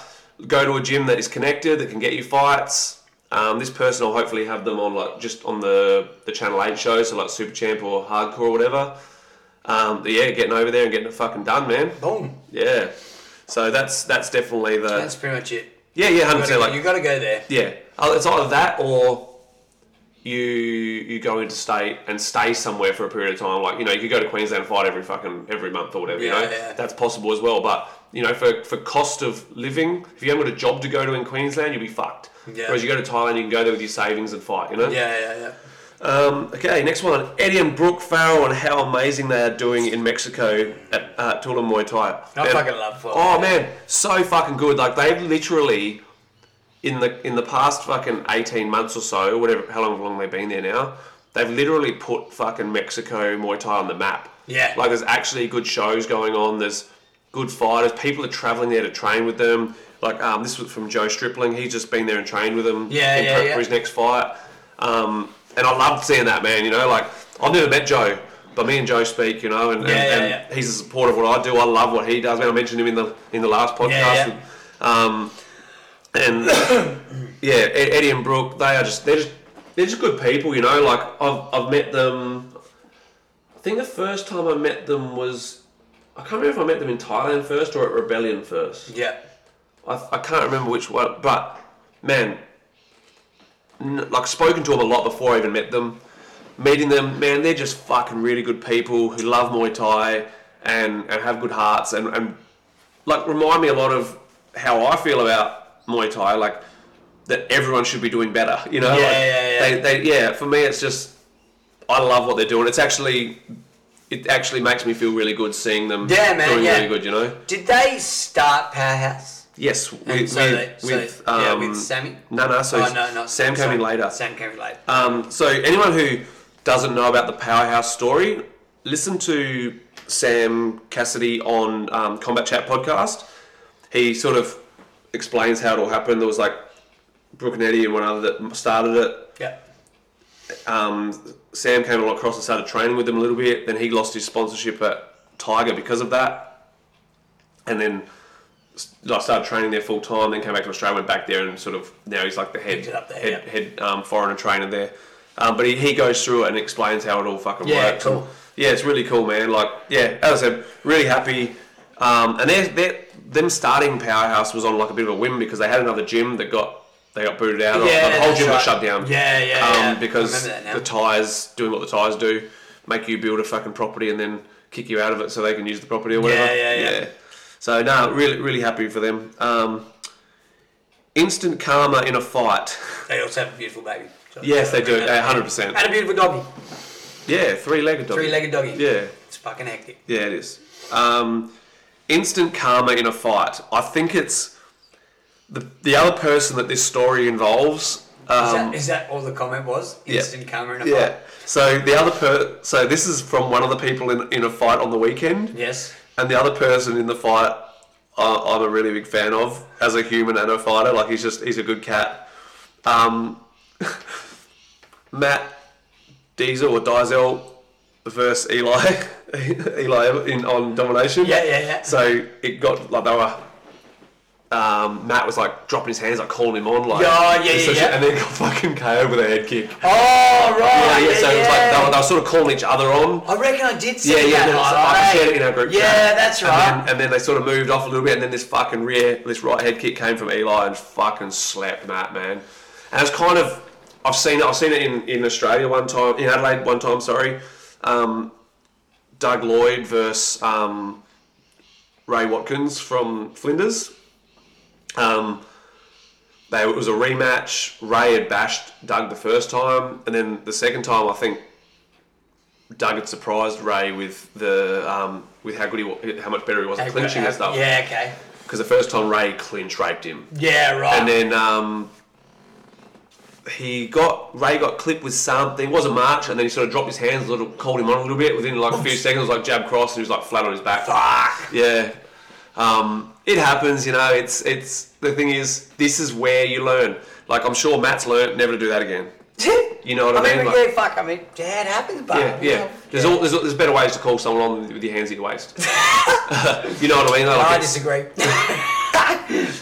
go to a gym that is connected that can get you fights. Um, this person will hopefully have them on like just on the the Channel Eight show, so like Super Champ or Hardcore or whatever. Um, but yeah, getting over there and getting it fucking done, man. Boom. Yeah. So that's that's definitely the That's pretty much it. yeah yeah You hundred gotta, percent like you gotta go there. yeah, Oh, it's either that or you you go into state and stay somewhere for a period of time. Like you know, you could go to Queensland and fight every fucking every month or whatever. Yeah, you know, yeah. that's possible as well. But you know, for for cost of living, if you haven't got a job to go to in Queensland, you'll be fucked. Yeah. Whereas you go to Thailand, you can go there with your savings and fight. You know. Yeah, yeah, yeah. Um, okay, next one. Eddie and Brooke Farrell and how amazing they are doing in Mexico at uh, Tula Muay Thai. I fucking love football. Oh man, so fucking good. Like they've literally in the in the past fucking eighteen months or so, whatever, how long, long they've been there now, they've literally put fucking Mexico Muay Thai on the map. Yeah. Like there's actually good shows going on. There's good fighters. People are traveling there to train with them. Like um, this was from Joe Stripling. He's just been there and trained with them Yeah, in yeah, prep yeah. for his next fight. Um, and I loved seeing that man. You know, like I've never met Joe, But me and Joe speak, you know, and, and, Yeah, yeah, and yeah. he's a supporter of what I do. I love what he does. Man, I mentioned him in the in the last podcast. Yeah, Um, and yeah, Ed- Eddie and Brooke, they are just they're just they're just good people, you know. Like I've I've met them. I think the first time I met them was I can't remember if I met them in Thailand first or at Rebellion first. Yeah. I, I can't remember which one, but man, n- like spoken to them a lot before I even met them. Meeting them, man, they're just fucking really good people who love Muay Thai and, and have good hearts and, and like remind me a lot of how I feel about Muay Thai, like that everyone should be doing better, you know? Yeah, like, yeah, yeah. They, they, yeah, for me, it's just, I love what they're doing. It's actually, it actually makes me feel really good seeing them Yeah, man, doing yeah. really good, you know? Did they start Powerhouse? Yes, with, And so with, they- so- with, um, yeah, with Sammy? No, no, so oh no, no. Sam came sorry. in later. Sam came in later. Um, so anyone who doesn't know about the powerhouse story, listen to Sam Cassidy on um, Combat Chat podcast. He sort of explains how it all happened. There was like Brooke and Eddie and one other that started it yeah. um, Sam came across and started training with them a little bit. Then he lost his sponsorship at Tiger because of that, and then I started training there full time. Then came back to Australia, went back there, and sort of now he's like the head Picked it up there, head, yeah. head um, foreigner trainer there. Um, but he, he goes through it and explains how it all fucking Yeah, works. cool. And, yeah, it's really cool, man. Like, yeah, as I said, really happy. Um, and they're, they're, them starting Powerhouse was on like a bit of a whim because they had another gym that got they got booted out. or Yeah, the whole that's gym right. got shut down. Yeah, yeah, um, yeah. I Because remember that now. the tires doing what the tires do, make you build a fucking property and then kick you out of it so they can use the property or whatever. yeah, yeah. So no, really, really happy for them. Um, instant karma in a fight. They also have a beautiful baby. So- Yes, they do. hundred percent. And a beautiful doggy. Yeah, three-legged dog. Three-legged doggy. Yeah. It's fucking hectic. Yeah, it is. Um, instant karma in a fight. I think it's the the other person that this story involves. Is, Um, that, is that all the comment was? yeah. Instant camera in a yeah. fight? Uh-huh. So the other per so this is from one of the people in in a fight on the weekend, Yes. and the other person in the fight. I I'm a really big fan of as a human and a fighter. Like he's just he's a good cat. Um, Matt Diesel or Diesel versus Eli Eli in on domination. Yeah, yeah, yeah. So it got like they were. Um, Matt was like dropping his hands, like calling him on, like Yeah, yeah, and so yeah, she- yeah. and then got fucking KO with a head kick. Oh, right. Yeah, yeah, so it was like they were, they were sort of calling each other on. I reckon I did see Yeah, yeah, that. no, highlight. I shared it in our group Yeah, chat. that's And right. then, uh, and then they sort of moved off a little bit, and then this fucking rear, this right head kick came from Eli and fucking slapped Matt, man. And it's kind of, I've seen it, I've seen it in, in Australia one time, in Adelaide one time, sorry. Um, Doug Lloyd versus um, Ray Watkins from Flinders. Um, they, it was a rematch. Ray had bashed Doug the first time, and then the second time, I think Doug had surprised Ray with the um, with how good he was, how much better he was at clinching and stuff. Yeah, okay. Because the first time Ray clinched, raped him, Yeah, right. and then um, he got Ray got clipped with something. It was a march, and then he sort of dropped his hands, a little, called him on a little bit. Within like a few seconds, it was like jab cross, and he was like flat on his back. Fuck. Yeah. Um, it happens, you know. It's it's the thing is, this is where you learn. Like I'm sure Matt's learned never to do that again. You know what I I mean, mean? yeah, Like- fuck. I mean, yeah, it happens, but Yeah, yeah. There's all there's, there's better ways to call someone on with your hands at your waist. you know what I mean? Like, I it's- disagree.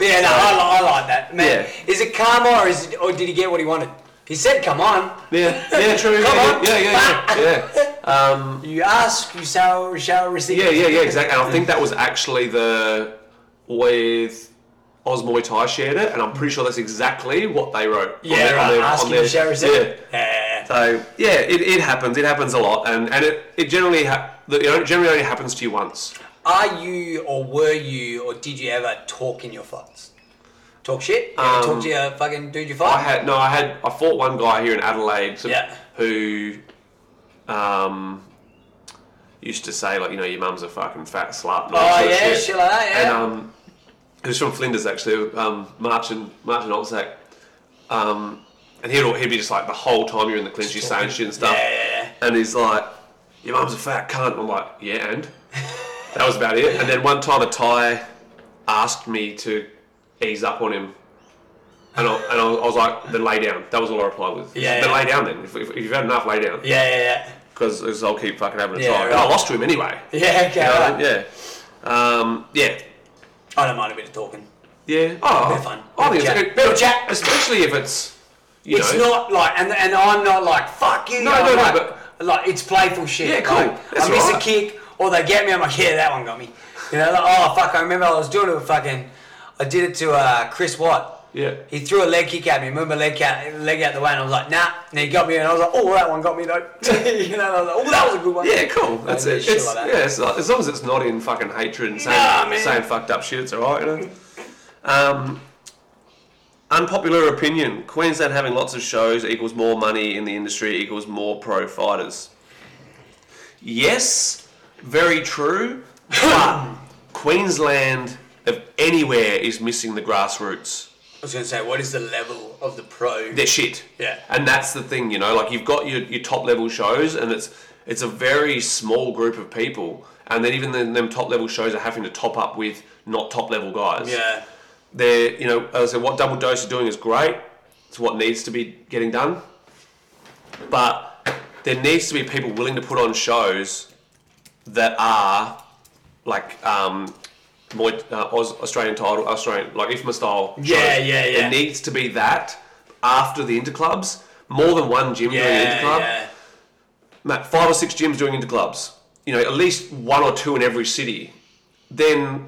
yeah, no, I, li- I like that, man. Yeah. Is it karma or is it, or did he get what he wanted? He said, "Come on, yeah, yeah, true. Come yeah, on. yeah, yeah, yeah, yeah. Um, you ask, you shall, shall receive." Yeah, yeah, yeah, exactly. And I think that was actually the with Oz Muay Thai shared it, and I'm pretty sure that's exactly what they wrote. on Yeah, their- on right. their- ask on you their- shall Yeah. receive. Yeah. So yeah, it, it happens. It happens a lot, and and it, it generally ha- the- it generally only happens to you once. Are you or were you or did you ever talk in your fights? Talk shit? You ever talk to your fucking dude you fight? Um, I had no, I had I fought one guy here in Adelaide so- Yeah. who um used to say like you know your mum's a fucking fat slut. and all oh that sort of yeah, shit like that, And yeah. um, he was from Flinders actually, um, Martin Martin Olsak. Um, and he'd, al- he'd be just like the whole time you're in the clinch, you're saying shit and stuff. Yeah, yeah, And he's like, "Your mum's a fat cunt." I'm like, "Yeah," and that was about it. And then one time a Thai asked me to ease up on him. And I, and I was like, then lay down. That was all I replied with. Yeah, Then yeah. lay down then. If, if, if you've had enough, lay down. yeah, yeah, yeah. because I'll keep fucking having a Yeah, try. And I right. lost to him anyway. Yeah, okay. You know what I right. mean? Yeah. Um, yeah. I don't mind a bit of talking. Yeah. Oh, Bit of fun. I Bit of think it's chat. Bit of chat. especially if it's you it's know, not like, and, and I'm not like, fuck you. No, I'm no, no, like, but- like, it's playful shit. Yeah, cool. Like, That's I miss right. a kick, or they get me. I'm like, yeah, that one got me. You know, like, oh fuck, I remember I was doing it with fucking, I did it to uh, Chris Watt. Yeah. He threw a leg kick at me. Remember leg out, leg out the way, and I was like, nah. And he got me, and I was like, oh, that one got me though. you know, and I was like, oh, that was a good one. Yeah, cool. That's Like, it. shit It's, like that. Yeah, it's like- as long as it's not in fucking hatred and saying, Nah, man. saying fucked up shit, it's alright, you know. Um, unpopular opinion: Queensland having lots of shows equals more money in the industry equals more pro fighters. Yes, very true. But Queensland, of anywhere, is missing the grassroots. I was gonna say, what is the level of the pro? they're shit. Yeah. And that's the thing, you know, like you've got your, your top level shows and it's it's a very small group of people. And then even then them top level shows are having to top up with not top level guys. Yeah. They're you know, as I said what double dose are doing is great. It's what needs to be getting done. But there needs to be people willing to put on shows that are like um Muay, uh, Aus- Australian title, Australian like IFMA style. shows. Yeah, yeah, yeah. There needs to be that after the interclubs. More than one gym doing Yeah, interclub. yeah. Matt, five or six gyms doing interclubs. You know, at least one or two in every city. Then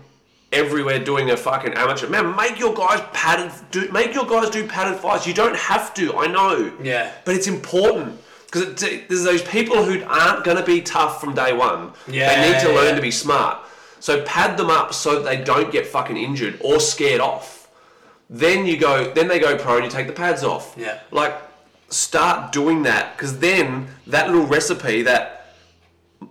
everywhere doing a fucking amateur. Man, make your guys padded. Do make your guys do padded fights. You don't have to. I know. Yeah. But it's important because it, there's those people who aren't going to be tough from day one. They need to Yeah. learn to be smart. So pad them up so that they don't get fucking injured or scared off. Then you go. Then they go pro and you take the pads off. Yeah. Like start doing that because then that little recipe that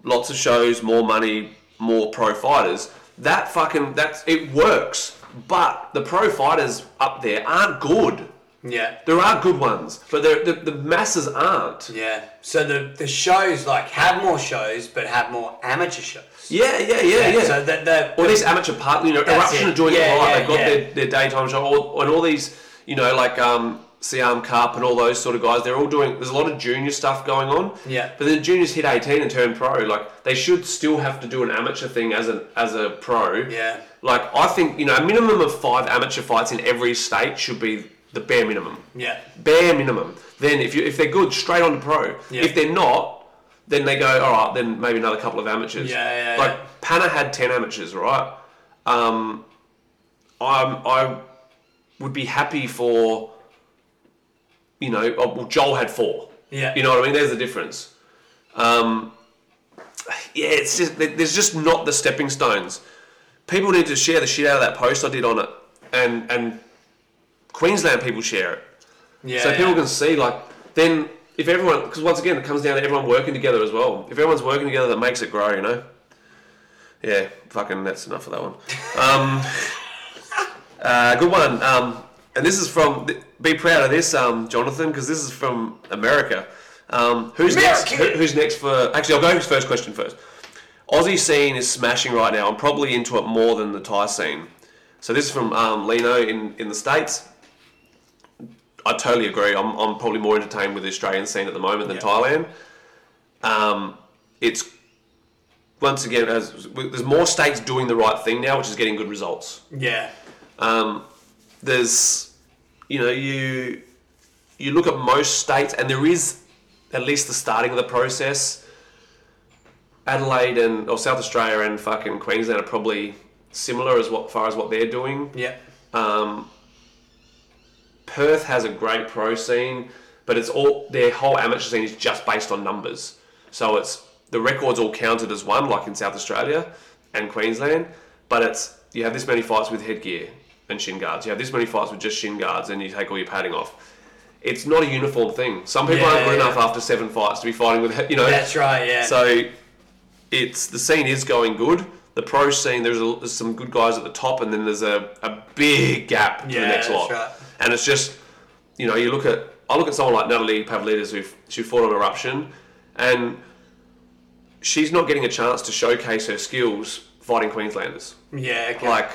lots of shows, more money, more pro fighters. That fucking that's it works. But the pro fighters up there aren't good. Yeah. There are good ones, but they're- the the masses aren't. Yeah. So the the shows like have more shows, but have more amateur shows. Yeah, yeah, yeah, yeah. So that the or these amateur part, you know, That's eruption it. are doing Yeah, it right. yeah, They've got yeah. their, their daytime show, all, and all these, you know, like um, Siam Cup and all those sort of guys. They're all doing. There's a lot of junior stuff going on. Yeah. But then juniors hit 18 and turn pro. Like they should still have to do an amateur thing as a as a pro. Yeah. Like I think you know a minimum of five amateur fights in every state should be the bare minimum. yeah. Bare minimum. Then if you if they're good, straight on to pro. Yeah. If they're not. Then they go, all right. Then maybe another couple of amateurs. Yeah, yeah, Like yeah. Panna had ten amateurs, right? Um, I'm, I would be happy for, you know, oh, well, Joel had four. Yeah. You know what I mean? There's the difference. Um, yeah, it's just there- there's just not the stepping stones. People need to share the shit out of that post I did on it, and and Queensland people share it Yeah. so people yeah. can see like then if everyone because once again it comes down to everyone working together as well if everyone's working together that makes it grow you know yeah fucking that's enough of that one um, uh, good one um, and this is from be proud of this um, jonathan because this is from america um, who's next America! who- who's next for actually i'll go with first question first aussie scene is smashing right now i'm probably into it more than the thai scene so this is from um, lino in, in the states I totally agree. I'm, I'm probably more entertained with the Australian scene at the moment than Yeah. Thailand. Um, it's once again as there's more states doing the right thing now, which is getting good results. yeah. Um, there's you know you you look at most states and there is at least the starting of the process. Adelaide and or South Australia and fucking Queensland are probably similar as what far as what they're doing. Yeah. Um, Perth has a great pro scene, but it's all their whole amateur scene is just based on numbers. So it's the records all counted as one, like in South Australia and Queensland. But it's you have this many fights with headgear and shin guards. You have this many fights with just shin guards, and you take all your padding off. It's not a uniform thing. Some people Yeah, aren't good yeah. enough after seven fights to be fighting with you know. That's right. Yeah. So it's the scene is going good. The pro scene, there's, a, there's some good guys at the top, and then there's a, a big gap to the Yeah, next that's lot. right. And it's just, you know, you look at I look at someone like Natalie Pavlidis who f- she fought on Eruption, and she's not getting a chance to showcase her skills fighting Queenslanders yeah. Okay. like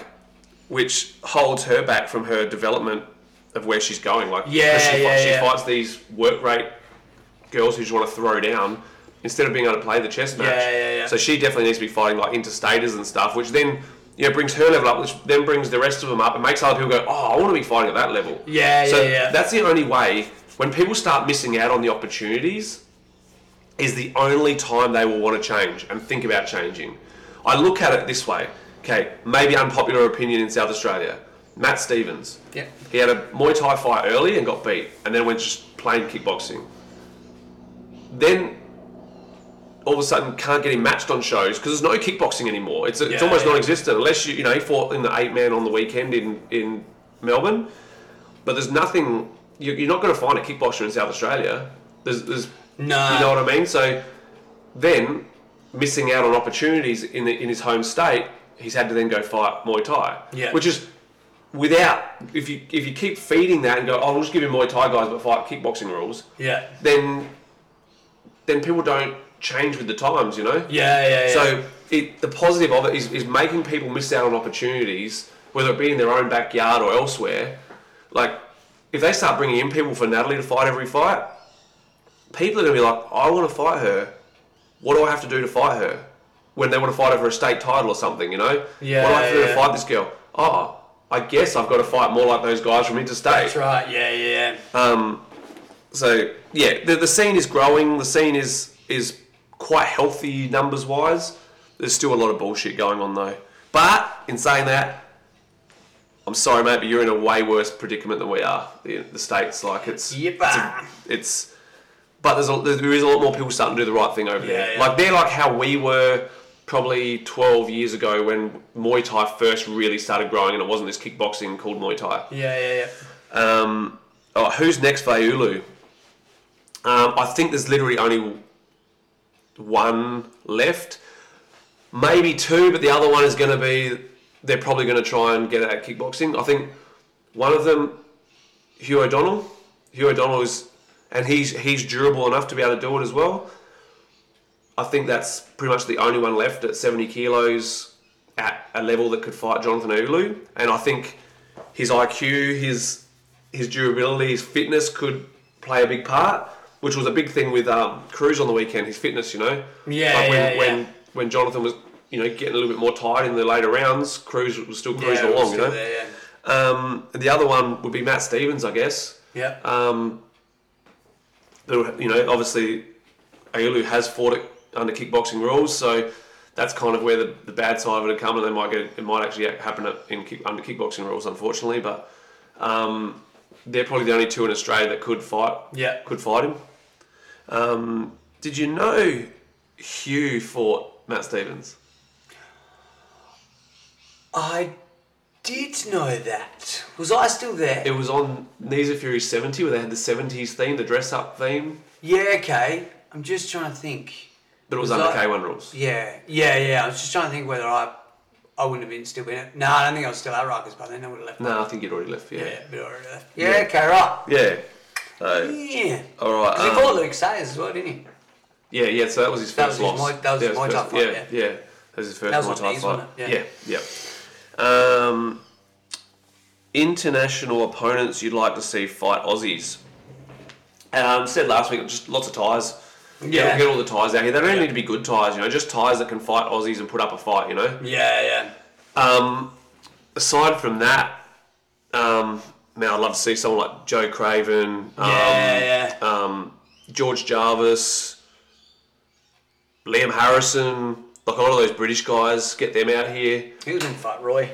which holds her back from her development of where she's going. Like, 'cause Yeah, she, fi- yeah, she yeah. fights these work rate girls who just want to throw down, instead of being able to play the chess match. Yeah, yeah, yeah. So she definitely needs to be fighting like interstaters and stuff, which then you know brings her level up, which then brings the rest of them up and makes other people go, "Oh, I want to be fighting at that level." Yeah, so yeah, yeah. That's the only way. When people start missing out on the opportunities, is the only time they will want to change and think about changing. I look at it this way. Okay, maybe unpopular opinion in South Australia. Matt Stevens. Yep. He had a Muay Thai fight early and got beat, and then went just plain kickboxing. Then all of a sudden can't get him matched on shows because there's no kickboxing anymore. It's, it's Yeah, almost yeah. non-existent unless you you know he fought in the eight man on the weekend in in Melbourne, but there's nothing. You, you're not going to find a kickboxer in South Australia. There's, there's No. You know what I mean? So then missing out on opportunities in the, in his home state, he's had to then go fight Muay Thai. Yeah. Which is without if you if you keep feeding that and go, oh, we'll just give him Muay Thai guys but fight kickboxing rules. Yeah. Then then people don't change with the times, you know. Yeah, yeah, yeah. So it, the positive of it is, is making people miss out on opportunities, whether it be in their own backyard or elsewhere. Like, if they start bringing in people for Natalie to fight every fight, people are going to be like, I want to fight her. What do I have to do to fight her? When they want to fight over a state title or something, you know? Yeah, What do I have to do to yeah. fight this girl? Oh, I guess I've got to fight more like those guys from interstate. That's right. Yeah, yeah. So yeah, the, the scene is growing. The scene is is quite healthy numbers wise. There's still a lot of bullshit going on though. But in saying that, I'm sorry, mate, but you're in a way worse predicament than we are. The, the states, like it's it's, Yippah. a- it's- but there's a, there is a lot more people starting to do the right thing over there. Yeah, yeah. Like they're like how we were probably 12 years ago when Muay Thai first really started growing, and it wasn't this kickboxing called Muay Thai. Yeah, yeah, yeah. Um, oh, who's next for Ulu? Um, I think there's literally only one left, maybe two, but the other one is going to be they're probably going to try and get at kickboxing. I think one of them, Hugh O'Donnell. Hugh O'Donnell is, and he's he's durable enough to be able to do it as well. I think that's pretty much the only one left at 70 kilos at a level that could fight Jonathan Ulu, and I think his IQ, his his durability, his fitness could play a big part, which was a big thing with um, Cruz on the weekend. His fitness, you know, Yeah, like when yeah, yeah. when when Jonathan was you know getting a little bit more tired in the later rounds, Cruz was still cruising yeah, we're along, you still know. there, Um, and the other one would be Matt Stevens, I guess. yeah. Yeah. Um, there- you know, obviously, Aulu has fought it under kickboxing rules, so that's kind of where the, the bad side of it come, and they might get it might actually happen at- in kick, under kickboxing rules, unfortunately. But um, they're probably the only two in Australia that could fight. Yeah. could fight him. Um, did you know Hugh fought Matt Stevens? I did know that. Was I still there? It was on Knees of Fury 70 where they had the 70s theme, the dress up theme, yeah. Okay. I'm just trying to think. but it was, Was under I- K1 rules. Yeah, yeah, yeah. I was just trying to think whether I, I wouldn't have been still in it. No, I don't think I was still at Rikers by then. I would have left. No, I think you'd already left. Yeah. Yeah, but I already left. Mm. Yeah, Uh, okay, right. Yeah. So, Yeah. all right. Because um, he fought Luke Sayers as well, didn't he? yeah, yeah. So that was his That first was his loss. Muay- that was his Muay Thai first- fight, Yeah, yeah. That was his first That was Muay on Thai knees, fight. wasn't it? yeah, yeah. Um, international opponents you'd like to see fight Aussies. Um, said last week, just lots of ties. Yeah. Yeah, get all the ties out here. They don't need to be good ties, you know, just ties that can fight Aussies and put up a fight, you know. Yeah, yeah. Um, aside from that, um, man, I'd love to see someone like Joe Craven, um, Yeah, um, George Jarvis, Liam Harrison, like a lot of those British guys, get them out here. He was in Fight Roy.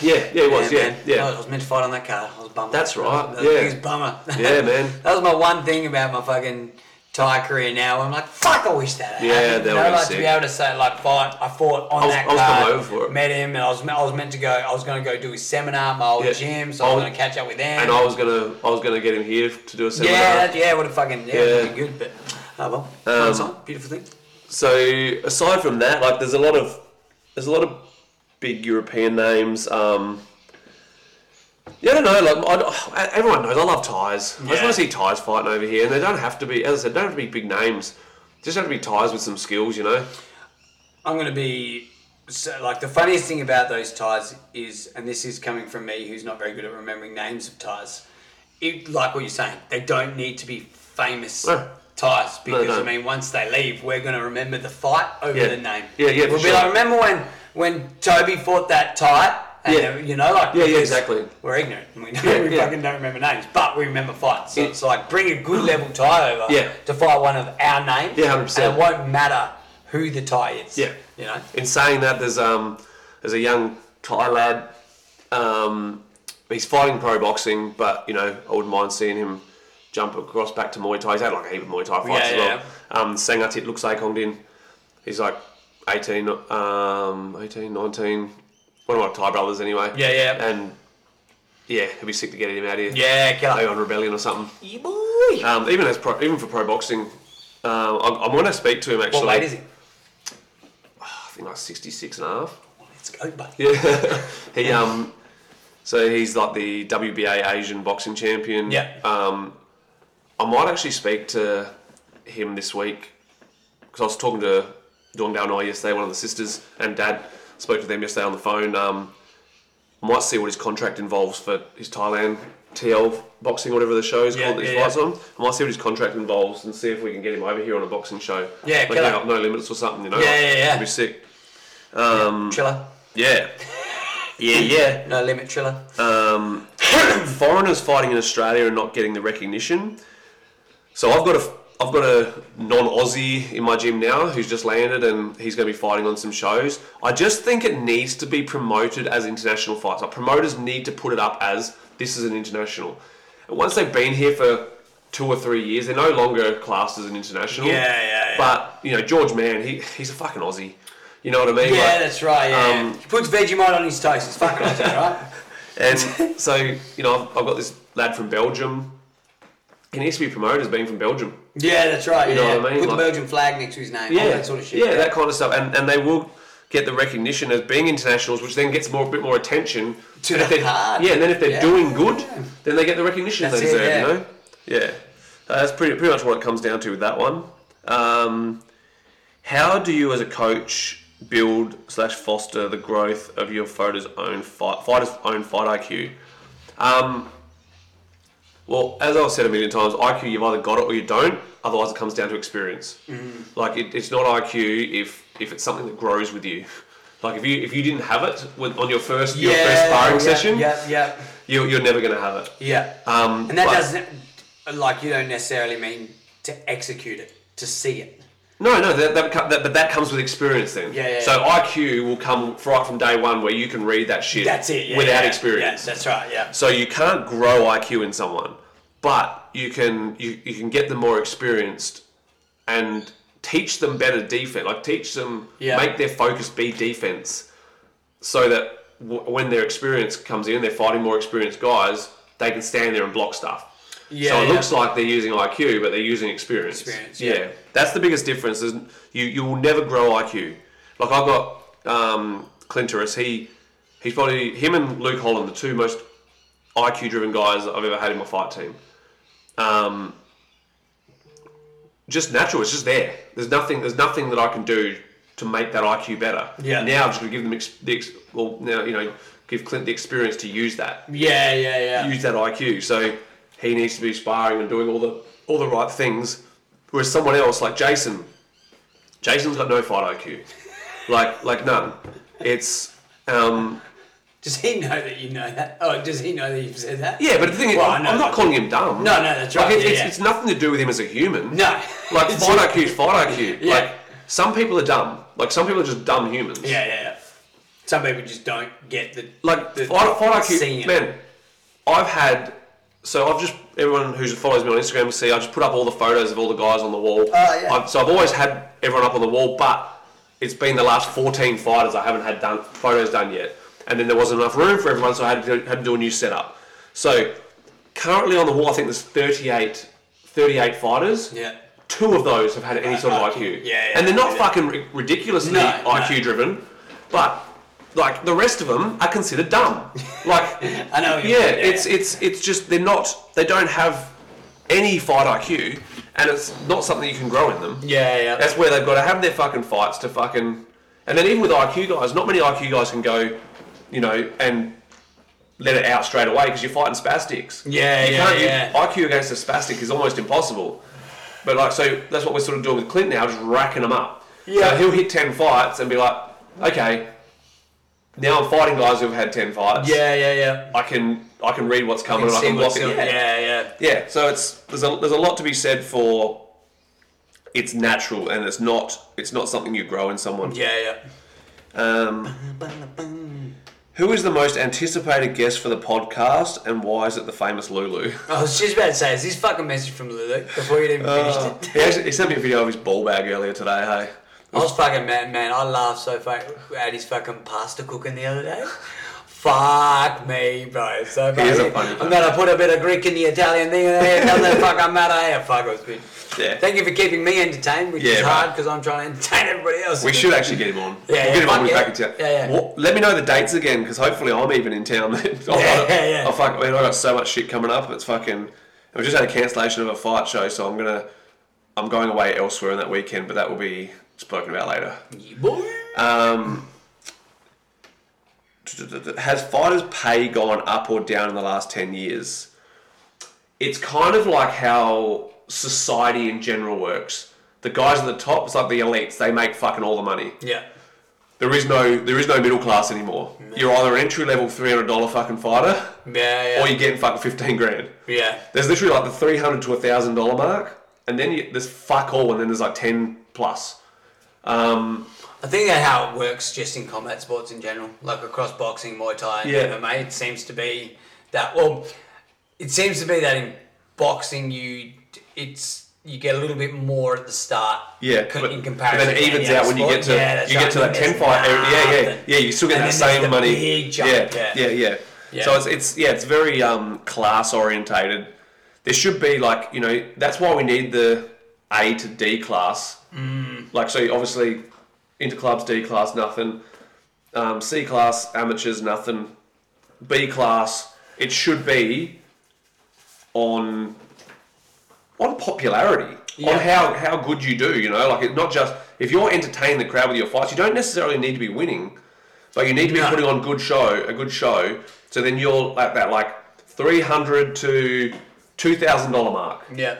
Yeah, yeah, it was, yeah, man. Oh, yeah. I was meant to fight on that card. I was bummed. That's right, That was yeah. the biggest bummer. Yeah, man. that was my one thing about my fucking Thai career now. I'm like, fuck, I wish that had Yeah, happened. that You know, would've been like, To sick. be able to say, like, fight, I fought on I was- that I was card. coming over for it. Met him, and I was, I was meant to go, I was going to go do his seminar at my old Yeah. gym, so I I was was- going to catch up with them. And I was gonna, I was gonna get him here to do a yeah, seminar. that, yeah, would have fucking, yeah, Yeah. Um, would've been good, but, oh well. Fun song, beautiful thing. So aside from that, like there's a lot of there's a lot of big European names. Um, yeah, I don't know. Like I, everyone knows, I love ties. I just Yeah. want to see ties fighting over here, and they don't have to be. As I said, they don't have to be big names. Just have to be ties with some skills, you know. I'm going to be so, like the funniest thing about those ties is, and this is coming from me, who's not very good at remembering names of ties. It, like what you're saying, they don't need to be famous No. ties because no. I mean, once they leave, we're going to remember the fight over Yeah. the name. Yeah, yeah, for We'll be sure. like, remember when when Toby fought that tie? And Yeah. uh, you know, like Yeah, yeah, because exactly. We're ignorant. And we know, Yeah, we yeah. fucking don't remember names, but we remember fights. So Yeah. it's like bring a good level tie over Yeah. to fight one of our names. Yeah, 100%. And it won't matter who the tie is. Yeah. you know. In saying that, there's um there's a young Thai lad. Um, he's fighting pro boxing, but you know I wouldn't mind seeing him jump across back to Muay Thai. He's had like a heap of Muay Thai fights Yeah, as yeah. well. Um, Sangatit looks like Hongdin. He's like 18, um, 18, 19. One of my Thai brothers, anyway. Yeah, yeah. And yeah, it'd be sick to get him out of here. Yeah, Maybe killer. on Rebellion or something. Yeah, boy. Um, even as pro, even for pro boxing, um, I, I want to speak to him actually. what weight is he? I think like 66 and a half. Let's go, buddy. Yeah. he um so he's like the WBA Asian boxing champion. Yeah. Um I might actually speak to him this week because I was talking to Dong Dao Noi yesterday, one of the sisters, and Dad spoke to them yesterday on the phone. Um, I might see what his contract involves for his Thailand TL boxing, whatever the show is Yeah, called that his yeah, fights on. I might see what his contract involves and see if we can get him over here on a boxing show. Yeah, like killer. no, no limits or something, you know? Yeah, yeah, yeah. It'd be sick. Mm. Triller. Yeah. Yeah, yeah. No limit, Triller. foreigners fighting in Australia and not getting the recognition. So I've got a I've got a non-Aussie in my gym now who's just landed and he's going to be fighting on some shows. I just think it needs to be promoted as international fights. Like promoters need to put it up as this is an international. And once they've been here for two or three years, they're no longer classed as an international. Yeah, yeah, yeah. But you know George Mann, he, he's a fucking Aussie. You know what I mean? Yeah, Like- that's right. Yeah, um, he puts Vegemite on his toast. It's fucking awesome, right? And Mm. so, you know, I've, I've got this lad from Belgium. He needs to be promoted as being from Belgium. Yeah, that's right. You know yeah. what I mean? Put Like- the Belgian flag next to his name. all that sort of shit. Yeah, that kind of stuff. And, and they will get the recognition as being internationals, which then gets more a bit more attention. To And if the they're- card. Yeah, and then if they're Yeah. doing good, then they get the recognition That's they it, deserve, yeah. you know? Yeah. Uh, that's pretty, pretty much what it comes down to with that one. Um, how do you, as a coach, build slash foster the growth of your fighters' own fight, fighters' own fight IQ? Um, well, as I've said a million times, IQ you've either got it or you don't. Otherwise, it comes down to experience. Mm-hmm. Like it, it's not IQ if if it's something that grows with you. Like if you if you didn't have it with, on your first your first sparring yeah, session, Yeah, yeah, you're, you're never gonna have it. yeah. Um, and that but- doesn't like you don't necessarily mean to execute it, to see it. No, no, that, that, co- that, but that comes with experience then. Yeah, yeah, So yeah. IQ will come right from day one where you can read that shit That's it. Yeah, without yeah, experience. Yeah, that's right. Yeah. So you can't grow IQ in someone, but you can you, you can get them more experienced and teach them better defense. Like teach them Yeah. make their focus be defense, so that w- when their experience comes in, they're fighting more experienced guys. They can stand there and block stuff. Yeah, so it yeah. looks like they're using IQ, but they're using experience. Experience, Yeah. yeah. that's the biggest difference. Is you you will never grow IQ. Like I've got um, Clinteris. He he's probably him and Luke Holland, the two most IQ driven guys I've ever had in my fight team. Um, just natural. It's just there. There's nothing. There's nothing that I can do to make that IQ better. Yeah. Now I'm just gonna give them ex- the ex- well now you know give Clint the experience to use that Yeah, yeah, yeah. use that IQ. So he needs to be sparring and doing all the all the right things. Whereas someone else like Jason, Jason's got no fight IQ, like like none. It's um, does he know that you know that? Oh, does he know that you've said that? yeah, but the thing is, Well, I I'm, know I'm not that- calling him dumb. No, no, that's Like right, it's, yeah, it's, yeah. it's nothing to do with him as a human. No. like It's- fight IQ is fight IQ. Yeah. Like some people are dumb. Like some people are just dumb humans. Yeah, yeah, yeah. Some people just don't get the like the fight, fight IQ, seeing it. man. I've had so I've just everyone who follows me on Instagram will see I just put up all the photos of all the guys on the wall. Oh, yeah. I've, so I've always had everyone up on the wall, but it's been the last 14 fighters I haven't had done photos done yet, and then there wasn't enough room for everyone, so I had to, had to do a new setup. So currently on the wall, I think there's 38, 38 fighters. Yeah. Two of those have had any sort of Right, IQ, IQ. Uh, Yeah, yeah, and they're not yeah. fucking ri- ridiculously No, no. IQ driven, but like the rest of them are considered dumb. Like I know. what you yeah, mean, it's it's it's just they're not they don't have any fight IQ, and it's not something you can grow in them. yeah, yeah. That's where they've got to have their fucking fights to fucking, and then even with IQ guys, not many IQ guys can go, you know, and let it out straight away because you're fighting spastics. Yeah, you yeah, can't- you- yeah. IQ against a spastic is almost impossible. But like, so that's what we're sort of doing with Clint now, just racking them up. Yeah. So he'll hit ten fights and be like, okay, now I'm fighting guys who've had ten fights. Yeah, yeah, yeah. I can I can read what's coming and I See can block what's it. up. yeah, yeah. Yeah, so it's there's a there's a lot to be said for it's natural and it's not it's not something you grow in someone. Yeah, yeah. Um, who is the most anticipated guest for the podcast and why is it the famous Lulu? I was just about to say, is this fucking message from Lulu before you'd even finished it? he, actually, he sent me a video of his ball bag earlier today, hey. I was fucking mad, man. I laughed so fuck at his fucking pasta cooking the other day. Fuck me, bro. It's So He is a funny. funny I'm gonna put a bit of Greek in the Italian thing and there. Done that. Fuck, I'm out of here. Fuck, it was good. Yeah. Thank you for keeping me entertained, which Yeah, is bro. hard because I'm trying to entertain everybody else. We should actually get him on. Yeah, we'll yeah, get him on fuck with yeah. Back in town. Yeah, yeah. What- let me know the dates again because hopefully I'm even in town then. Oh, Yeah, yeah, yeah. Oh, fuck, man, I got so much shit coming up. It's fucking. We just had a cancellation of a fight show, so I'm gonna. I'm going away elsewhere on that weekend, but that will be spoken about later. Um, has fighters' pay gone up or down in the last 10 years? It's kind of like how society in general works. The guys at the top, it's like the elites, they make fucking all the money. Yeah. There is no there is no middle class anymore. You're either an entry level three hundred dollar fucking fighter Yeah, or yeah. you're getting fucking fifteen grand. Yeah. There's literally like the three hundred to thousand dollar mark, and then you, there's fuck all, and then there's like ten plus. Um, I think that's how it works just in combat sports in general, like across boxing, Muay Thai, and Yeah. MMA. It seems to be that. Well, it seems to be that in boxing, you it's you get a little bit more at the start. Yeah, co- but- in but comparison. then it to any evens other out when you sport. get to- Yeah, that's you get right. to that And there's 10 fight area. Yeah, yeah. nothing. Yeah, you still get And that then there's same the money. Big jump, yeah, yeah, yeah, yeah, Yeah. So it's, it's yeah, it's very um, class orientated. There should be like you know that's why we need the A to D class. Mm. Like so, obviously, interclubs D class nothing, um, C class amateurs nothing, B class it should be on on popularity, on Yeah. how how good you do. You know, like it's not just if you're entertaining the crowd with your fights, you don't necessarily need to be winning, but you need to be No. putting on good show, a good show. So then you're at that like three hundred to two thousand dollar mark. Yeah,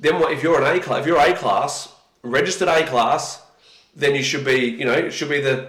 Then what if you're an A class? If you're A class, registered A class, then you should be you know it should be the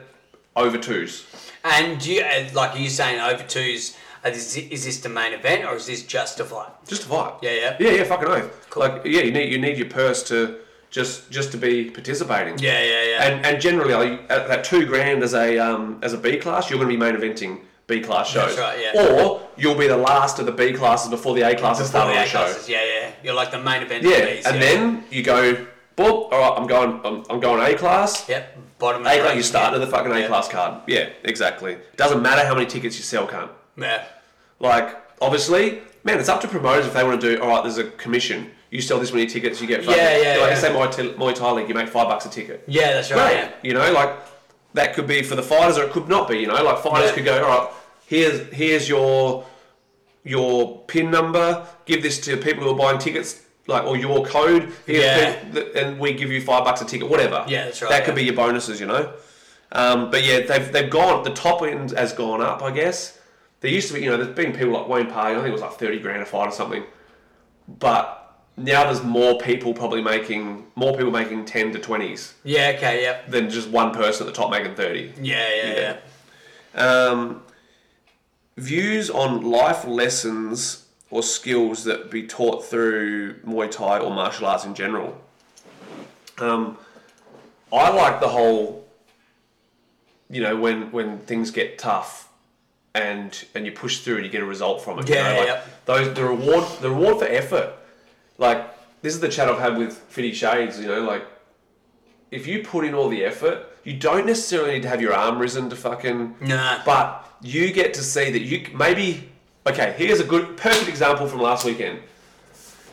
over twos. and do you uh, like are you saying over twos? Are this, is this the main event or is this just a fight? Just a vibe. Yeah, yeah. yeah, yeah. Fucking oath. Like, yeah, you need you need your purse to just just to be participating. Yeah, yeah, yeah. And and generally, like, at that two grand as a um, as a B class, you're going to be main eventing B class shows. That's right, yeah. Or you'll be the last of the B classes before the A classes Before start on the the A show. classes, Yeah, yeah. You're like the main event. of Yeah, these, and then you go, boop. All right, I'm going. I'm, I'm going A class. yep, bottom. of A the class. You ranking, start yeah. with the fucking A Yeah. class card. Yeah, exactly. Doesn't matter how many tickets you sell, can't. Yeah. Like, obviously, man, it's up to promoters if they want to do. All right, there's a commission. You sell this many tickets, you get. Fucking, Yeah, yeah, Like I yeah. say, Muay Thai- Muay Thai league, you make five bucks a ticket. Yeah, that's right. Right. Yeah. You know, like that could be for the fighters, or it could not be. You know, like fighters Yeah. could go, all right, here's here's your your pin number. Give this to people who are buying tickets, like or your code. Here's Yeah. people that- and we give you five bucks a ticket, whatever. Yeah, that's right, That could yeah. be your bonuses. You know. Um, but yeah, they've they've gone. The top end has gone up, I guess. There used to be, you know, there's been people like Wayne Party. I think it was like thirty grand a fight or something. But now there's more people probably making more people making ten to twenties Yeah. Okay. Yep. than just one person at the top making 30. Yeah, yeah, Yeah. yeah. Um, views on life lessons or skills that be taught through Muay Thai or martial arts in general. Um, I like the whole, you know, when when things get tough, and and you push through and you get a result from it. you Yeah, know, like yeah. Those the reward the reward for effort. Like this is the chat I've had with Fitty Shades. You know, like if you put in all the effort, you don't necessarily need to have your arm risen to fucking. Nah. But you get to see that you c- maybe. Okay, here's a good, perfect example from last weekend.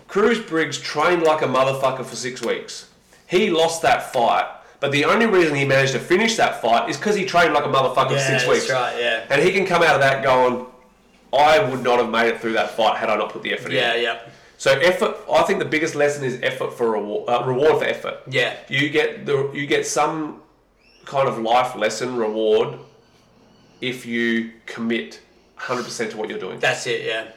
Cruz Briggs trained like a motherfucker for six weeks. He lost that fight, but the only reason he managed to finish that fight is because he trained like a motherfucker for Yeah, six that's weeks. right, yeah. And he can come out of that going, I would not have made it through that fight had I not put the effort in. Yeah, yep. So effort, I think the biggest lesson is effort for reward, uh, reward for effort. Yeah. You get the you get some kind of life lesson reward if you commit 100% to what you're doing. That's it, yeah.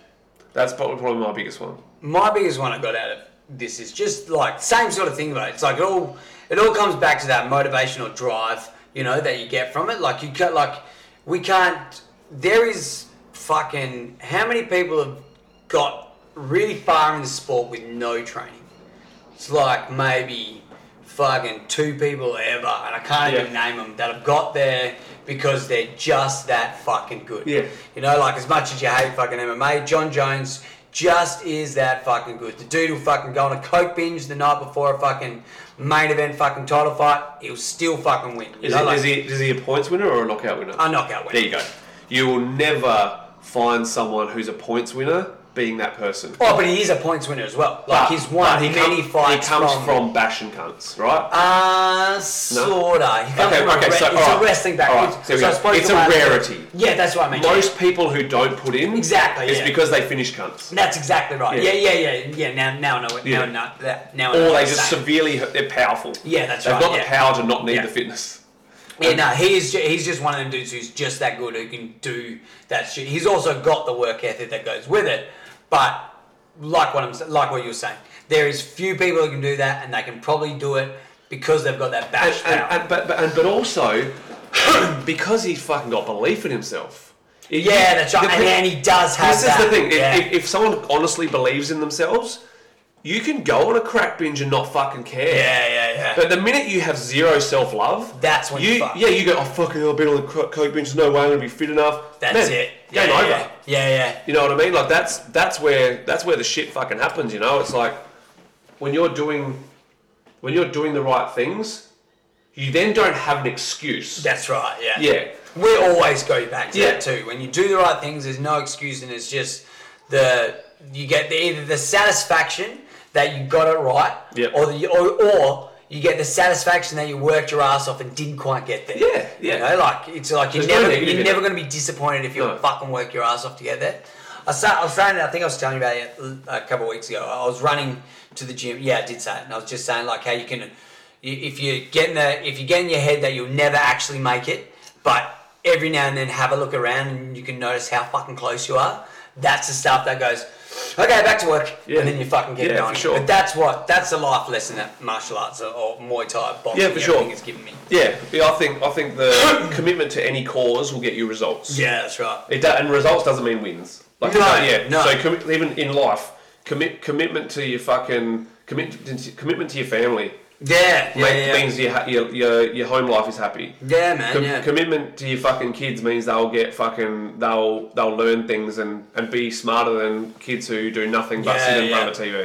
That's probably, probably my biggest one. My biggest one I got out of this is just like same sort of thing though. It's like it all it all comes back to that motivational drive, you know, that you get from it. Like you can like we can't there is fucking how many people have got really far in the sport with no training? It's like maybe fucking two people ever, and I can't even Yeah. name them that have got there because they're just that fucking good. Yeah. You know, like as much as you hate fucking MMA, John Jones just is that fucking good. The dude will fucking go on a coke binge the night before a fucking main event fucking title fight. He'll still fucking win. You Is, know, he, like, is, he, is he a points winner or a knockout winner? a knockout win. There you go. You will never find someone who's a points winner being that person. Oh, but he is a points winner as well. Like But- he's won but he many come- fights He comes from, from, bashing cunts, right? Uh, sorta. He comes Okay, from a okay, re- so, it's alright, a wrestling back. alright, It's- so we so I go. suppose It's the a way- rarity. Yeah, that's what I mean. Most people who don't put in Exactly, is yeah. because they finish cunts. That's exactly right. Yeah, Yeah. yeah, yeah, yeah. Now, now I know it. Yeah. Now, now, that, now I know Or what they you're just saying. severely hurt- they're powerful. Yeah, that's They've right, got the yeah. power to not need Yeah. the fitness. Yeah, no, he is. ju- He's just one of them dudes who's just that good who can do that shit. He's also got the work ethic that goes with it. But like what I'm, s- like what you were saying, there is few people who can do that, and they can probably do it because they've got that And, bash and, power. and, but, but, and, but also, because he's fucking got belief in himself. yeah, that's right. The And, pe- and he does have. This is that. the thing. If, Yeah. if, if someone honestly believes in themselves, you can go on a crack binge and not fucking care. yeah, yeah, yeah. But the minute you have zero self love, That's when you you fuck. yeah you go oh fucking hell, I've been on the co- coke binge, there's no way I'm gonna be fit enough. that's Man, it. Game yeah, over. Yeah, yeah. yeah. You know what I mean? Like that's that's where that's where the shit fucking happens. You know, it's like when you're doing when you're doing the right things, you then don't have an excuse. That's right. Yeah. Yeah. We always go back to that Yeah. too. When you do the right things, there's no excuse, and it's just the you get the, either the satisfaction that you got it right, Yep. or, the, or or you get the satisfaction that you worked your ass off and didn't quite get there. Yeah, yeah. You know, like it's like you're There's no never negative you're in never it. going to be disappointed if you No. fucking work your ass off to get there. I, sa- I was saying, I think I was telling you about it uh, a couple of weeks ago. I was running to the gym. Yeah, I did say it, and I was just saying like how you can, you- if you get in the, if you get in your head that you'll never actually make it, but every now and then have a look around and you can notice how fucking close you are. That's the stuff that goes, okay, back to work, Yeah. and then you fucking get Yeah, going. for sure. But that's what that's the life lesson that martial arts or, or Muay Thai boxing Yeah, for sure. everything has given me. Yeah, yeah. I think I think the commitment to any cause will get you results. Yeah, that's right. It do- and results doesn't mean wins. Like No, yeah. no. So commi- even in life, commit commitment to your fucking commit commitment to your family Yeah, yeah, make, yeah. means your, ha- your your your home life is happy. Yeah, man. Com- yeah. Commitment to your fucking kids means they'll get fucking they'll they'll learn things and, and be smarter than kids who do nothing but Yeah, sit in yeah. front of a TV.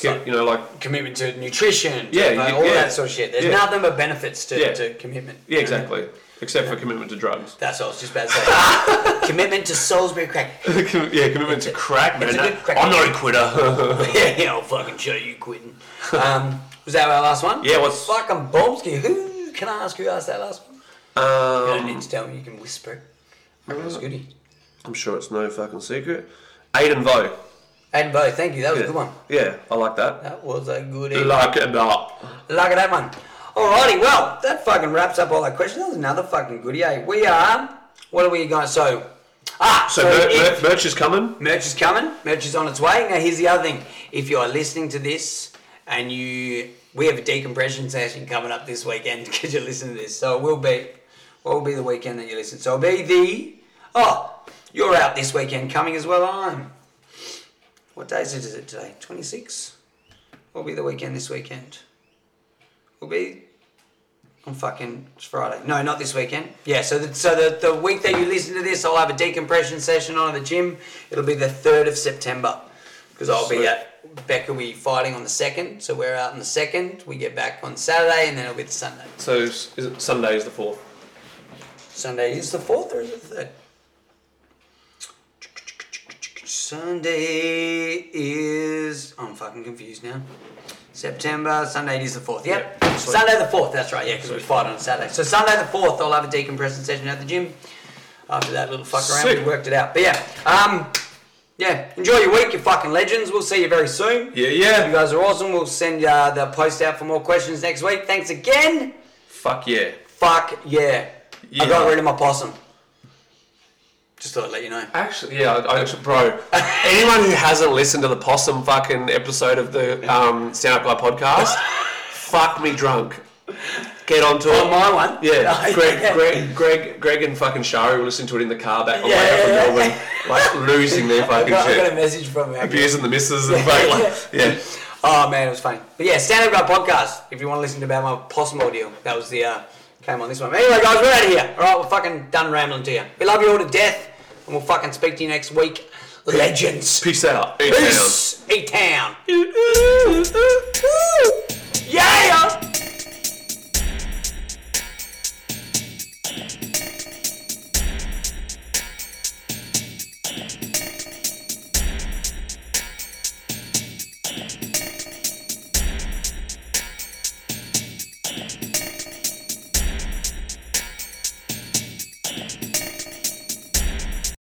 So- you know, like commitment to nutrition, to, Yeah, uh, you- all yeah. that sort of shit. There's Yeah. nothing but benefits to, Yeah. to commitment. yeah, exactly. Except for commitment to drugs. That's what I was just about to say. commitment to Salisbury crack. yeah, commitment to crack, man. it's a good That- crack. I'm not a quitter. yeah, yeah, I'll fucking show you quitting. Um, was that our last one? Yeah, what's- fucking Bomsky? Who can I ask who asked that last one? You don't um, uh, need to tell me. You can whisper it. That was goody. I'm sure it's no fucking secret. Aiden Vo. Aiden Bowie, thank you. That was a good one. Yeah, I like that. That was a good. Like it up. Look at that one. Alrighty, well, that fucking wraps up all our questions. That was another fucking goodie. Eh? We are. What are we going? So, ah, So mer- mer- merch is coming. Merch is coming. Merch is on its way. Now, here's the other thing: if you are listening to this and you, we have a decompression session coming up this weekend because you're listening to this, so it will be, what will be the weekend that you listen? So it'll be the, oh, you're out this weekend coming as well. I'm. What day is it? Is it today? Twenty six. What'll be the weekend this weekend? Will be on fucking Friday. No, not this weekend. Yeah, so the, so the, the week that you listen to this, I'll have a decompression session on at the gym. It'll be the 3rd of September because I'll be Sweet. at Becca. We fighting on the 2nd, so we're out on the 2nd. We get back on Saturday and then it'll be the Sunday. So is is it Sunday is the fourth. Sunday is the 4th or is it the 3rd? Sunday is. I'm fucking confused now. September, Sunday is the 4th. Yep. Yeah, sweet. Sunday the 4th, that's right, yeah, because we fight on Saturday. So Sunday the 4th, I'll have a decompression session at the gym. After that little fuck around, we Sick. worked it out. But yeah, um, yeah, enjoy your week, you fucking legends. We'll see you very soon. Yeah, yeah. You guys are awesome. We'll send uh, the post out for more questions next week. Thanks again. Fuck yeah. Fuck yeah. I Yeah. got rid of my possum. Just thought I'd let you know. Actually, yeah, I, I, bro. anyone who hasn't listened to the possum fucking episode of the um, Stand Up Guy podcast, fuck me drunk. Get onto it. On my one? Yeah, Oh, Greg, yeah. Greg, Greg, Greg, and fucking Shari were listening to it in the car back on the way Yeah, up from yeah, yeah. Melbourne, like losing their I fucking got, I got a shit, message from her. abusing the missus and fucking like, yeah. Oh man, it was funny. But yeah, stand up guy podcast. If you want to listen to about my possum ordeal, that was the uh, came on this one. Anyway, guys, we're out of here. All right, we're fucking done rambling to you. We love you all to death, and we'll fucking speak to you next week. Legends. Peace out. Eat Peace. E town.